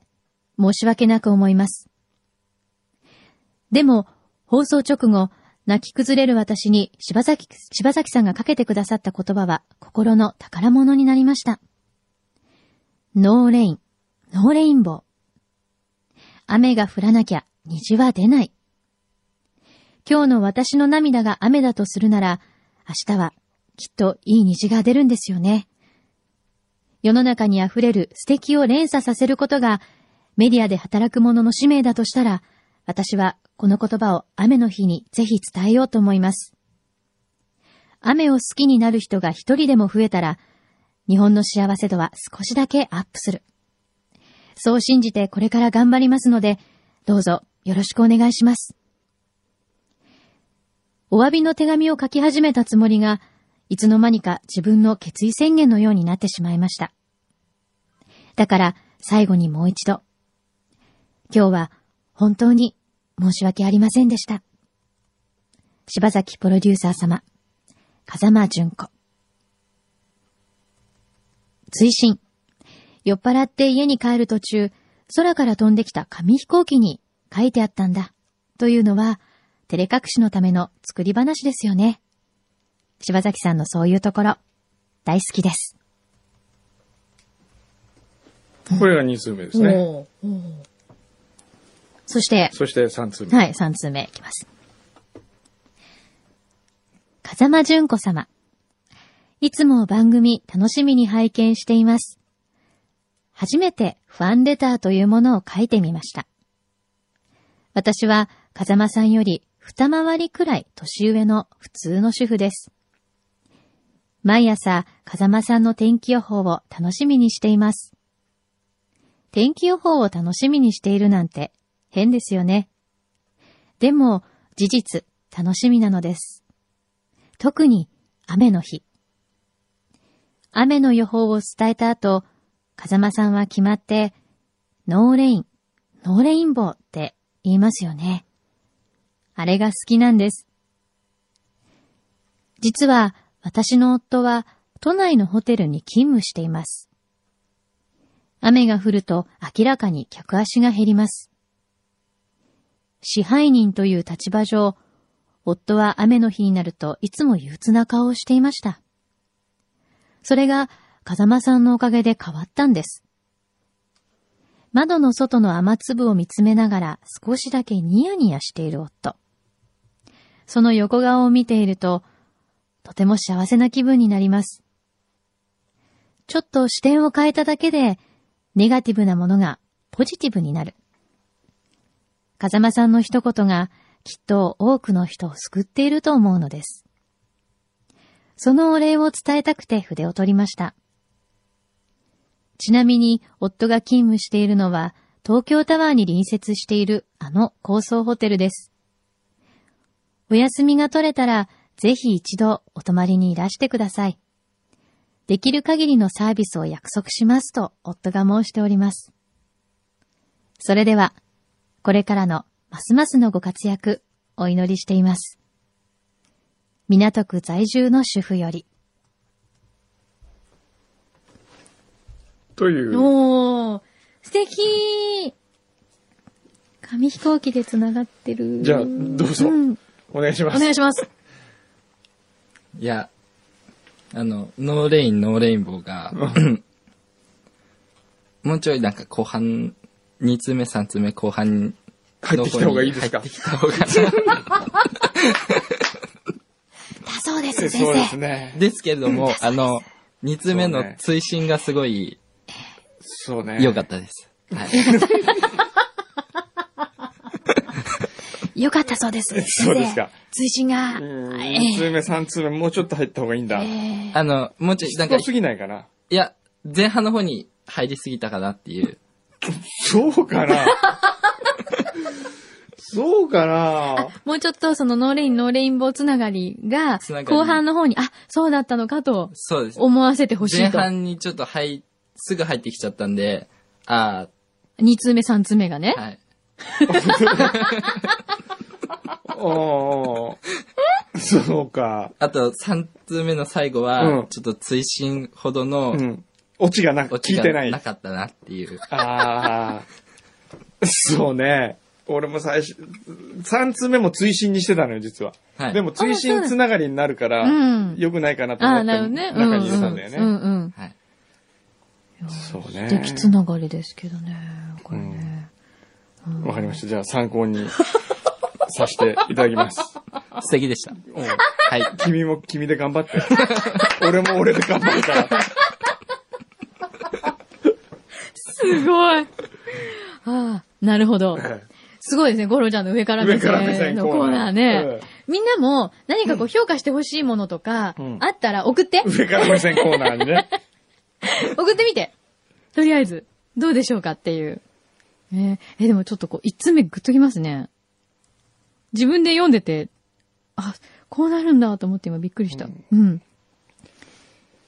Speaker 2: 申し訳なく思います。でも放送直後、泣き崩れる私に柴崎柴崎さんがかけてくださった言葉は心の宝物になりました。ノーレイン。ノーレインボー。雨が降らなきゃ虹は出ない。今日の私の涙が雨だとするなら、明日はきっといい虹が出るんですよね。世の中に溢れる素敵を連鎖させることがメディアで働く者の使命だとしたら、私はこの言葉を雨の日にぜひ伝えようと思います。雨を好きになる人が一人でも増えたら、日本の幸せ度は少しだけアップする。そう信じてこれから頑張りますので、どうぞよろしくお願いします。お詫びの手紙を書き始めたつもりが、いつの間にか自分の決意宣言のようになってしまいました。だから最後にもう一度。今日は本当に申し訳ありませんでした。柴崎プロデューサー様、風間淳子。追伸。酔っ払って家に帰る途中、空から飛んできた紙飛行機に書いてあったんだ。というのは、照れ隠しのための作り話ですよね。柴崎さんのそういうところ、大好きです。
Speaker 1: これが2通目で
Speaker 5: あ。
Speaker 1: すね。
Speaker 5: おーおーそして、
Speaker 1: そして3通目。
Speaker 2: はい、3通目いきます。風間淳子様。いつも番組楽しみに拝見しています。初めてファンレターというものを書いてみました。私は風間さんより二回りくらい年上の普通の主婦です。毎朝風間さんの天気予報を楽しみにしています。天気予報を楽しみにしているなんて変ですよね。でも、事実、楽しみなのです。特に、雨の日。雨の予報を伝えた後、風間さんは決まって、ノーレイン、ノーレインボーって言いますよね。あれが好きなんです。実は、私の夫は、都内のホテルに勤務しています。雨が降ると明らかに客足が減ります。支配人という立場上、夫は雨の日になるといつも憂鬱な顔をしていました。それが風間さんのおかげで変わったんです。窓の外の雨粒を見つめながら少しだけニヤニヤしている夫。その横顔を見ていると、とても幸せな気分になります。ちょっと視点を変えただけで、ネガティブなものがポジティブになる。風間さんの一言がきっと多くの人を救っていると思うのです。そのお礼を伝えたくて筆を取りました。ちなみに夫が勤務しているのは東京タワーに隣接しているあの高層ホテルです。お休みが取れたらぜひ一度お泊まりにいらしてください。できる限りのサービスを約束しますと夫が申しております。それでは、これからのますますのご活躍、お祈りしています。港区在住の主婦より。
Speaker 1: という。
Speaker 5: おー
Speaker 6: 素敵紙飛行機で繋がってる。
Speaker 1: じゃあどうぞ
Speaker 6: ん
Speaker 1: お願いしま
Speaker 6: お
Speaker 1: す。
Speaker 6: 願いします。
Speaker 4: いや、あの、ノーレイン、ノーレインボーが、もうちょいなんか後半、2つ目、3つ目、後半
Speaker 1: 入ってきた方がいいですか
Speaker 4: 入ってきた方が。
Speaker 6: だそうです、先
Speaker 1: そうです
Speaker 6: 生。
Speaker 1: ね。
Speaker 4: ですけれども、あの、2つ目の追伸がすごい
Speaker 1: そうね。
Speaker 4: 良かったです。はい。
Speaker 6: よかったそうです。先生
Speaker 1: そうですか。
Speaker 6: 追伸が。
Speaker 1: うん
Speaker 6: え
Speaker 1: 2
Speaker 6: え
Speaker 1: 通目、3通目、もうちょっと入った方がいいんだ。
Speaker 6: ええ
Speaker 4: あの、もうちょい、なんか、
Speaker 1: 多す
Speaker 4: い
Speaker 1: ぎないかな。
Speaker 4: や、前半の方に入りすぎたかなっていう。
Speaker 1: そうかなそうか な
Speaker 2: もうちょっとそのノーレイン、ノーレインボーつながりが
Speaker 4: つなが、り
Speaker 2: 後半の方に、あ、そうだったのかと
Speaker 4: そうです。
Speaker 2: 思わせてほし
Speaker 4: 前
Speaker 2: いと。
Speaker 4: 半にちょっと入、すぐ入ってきちゃったんで、あ
Speaker 2: 二通目、三通目がね
Speaker 4: あ、。はい。
Speaker 1: おーそうか。
Speaker 4: あと、3通目の最後
Speaker 1: う
Speaker 4: は
Speaker 1: ん、
Speaker 4: ちょっと追伸ほどの
Speaker 1: うん。オチがな、
Speaker 4: オチ
Speaker 1: 聞い
Speaker 4: が
Speaker 1: てない。
Speaker 4: な
Speaker 1: あ
Speaker 4: かったなっていう。
Speaker 1: あー。そうね。俺も最初、3通目も追伸にしてたのよ、実は。
Speaker 4: はい。
Speaker 1: でも追伸つながりになるから、
Speaker 2: うん
Speaker 1: 良くないかなと
Speaker 2: あ
Speaker 1: 思
Speaker 2: あ、
Speaker 1: っ
Speaker 2: なる
Speaker 1: て、
Speaker 2: ほどね。うん
Speaker 1: 中に入れたんだよね。
Speaker 2: うんうん。
Speaker 4: はい。
Speaker 1: そうね。
Speaker 6: できつながりですけどね。これね。
Speaker 1: わかりました。じゃあ参考にさせていただき ます。
Speaker 4: 素敵でした。
Speaker 1: うん
Speaker 4: はい。
Speaker 1: 君も君で頑張って。 俺も俺で頑張るから。
Speaker 2: すごい。ああ、なるほど。すごいですね、ゴロちゃんの上から目
Speaker 1: 上から目線
Speaker 2: 線のコーナーね。みんなも何かこう評価してほしいものとか
Speaker 1: うん、
Speaker 2: あったら送って。
Speaker 1: 上から目線コーナーにね。
Speaker 2: 送ってみて。とりあえず、どうでしょうかっていう。えーえでもちょっとこう、一つ目グッときますね。自分で読んでて、あ、こうなるんだと思って今びっくりした。うん。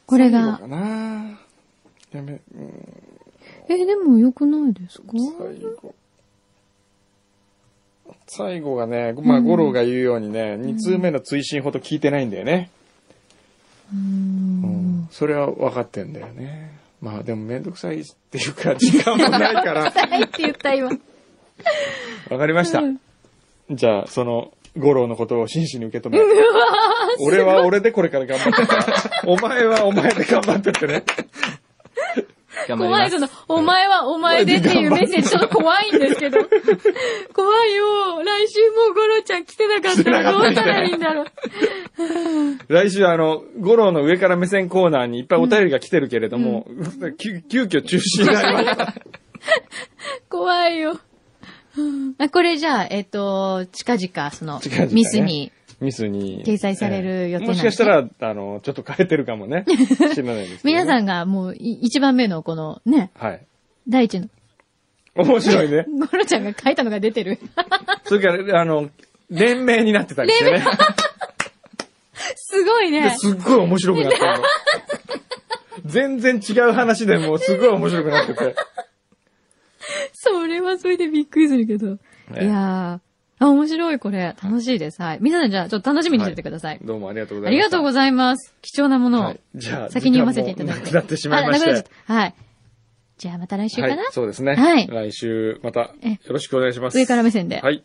Speaker 2: これ
Speaker 1: 最後
Speaker 2: が、
Speaker 1: かなやめ、うん
Speaker 2: えーでも良くないですか
Speaker 1: 最後。最後がね、まあ、五郎が言うようにね、二、通目の追伸ほど聞いてないんだよね。うんそれは分かってんだよね。まあでもめんどくさいっていうか、時間もない から。
Speaker 2: はいって言った今。
Speaker 1: わかりました。じゃあ、その、五郎のことを真摯に受け止め る。俺は俺でこれから頑張ってた。お前はお前で頑張ってってね。
Speaker 4: 頑張り
Speaker 2: 怖
Speaker 4: ま
Speaker 2: い、
Speaker 4: す
Speaker 2: そ。の、お前はお前でっていうメッセージちょっと怖いんですけど。怖いよ。来週もゴロちゃん来てなかったらどうしたらいいんだろう。
Speaker 1: 来週あの、五郎の上から目線コーナーにいっぱいお便りが来てるけれども、急急遽中止になり ました。
Speaker 2: 怖いよ。うんあ、これじゃあ、えっ、と、近々、その、
Speaker 1: 近々ね
Speaker 2: ミスに。
Speaker 1: ミスに。
Speaker 2: 掲載される予定なんですね
Speaker 1: ええもしかしたら、あの、ちょっと変えてるかも ね。知らないです、
Speaker 2: 皆さん
Speaker 1: ん。
Speaker 2: がもう、い一番目のこの、ね、
Speaker 1: はい。
Speaker 2: 第一の、
Speaker 1: 面白い ね。
Speaker 2: ゴロちゃんが書いたのが出てる。
Speaker 1: それから、あの、連名になってたりしてね。
Speaker 2: すごい ね。
Speaker 1: ですっごい面白くなったの。全然違う話でもうすごい面白くなってて。
Speaker 2: それはそれでびっくりするけど。
Speaker 1: ええ
Speaker 2: いやー、あ、面白いこれ。楽しいです。はい。皆さんじゃあ、ちょっと楽しみにしててください。
Speaker 1: どうもありがとう
Speaker 2: あ
Speaker 1: ござ
Speaker 2: り
Speaker 1: い
Speaker 2: が
Speaker 1: ました。
Speaker 2: とうございます。貴重なものを
Speaker 1: はい、じゃあ、
Speaker 2: 先に読ませていただい
Speaker 1: 時間もな
Speaker 2: て。
Speaker 1: くなってしまいまし。
Speaker 2: あなくなってちゃったはい。じゃあまた来週か
Speaker 1: は
Speaker 2: な、
Speaker 1: い、そうですね。
Speaker 2: はい
Speaker 1: 来週、また、よ
Speaker 2: え
Speaker 1: ろしくお願いします。
Speaker 2: 上から目線で。
Speaker 1: はい。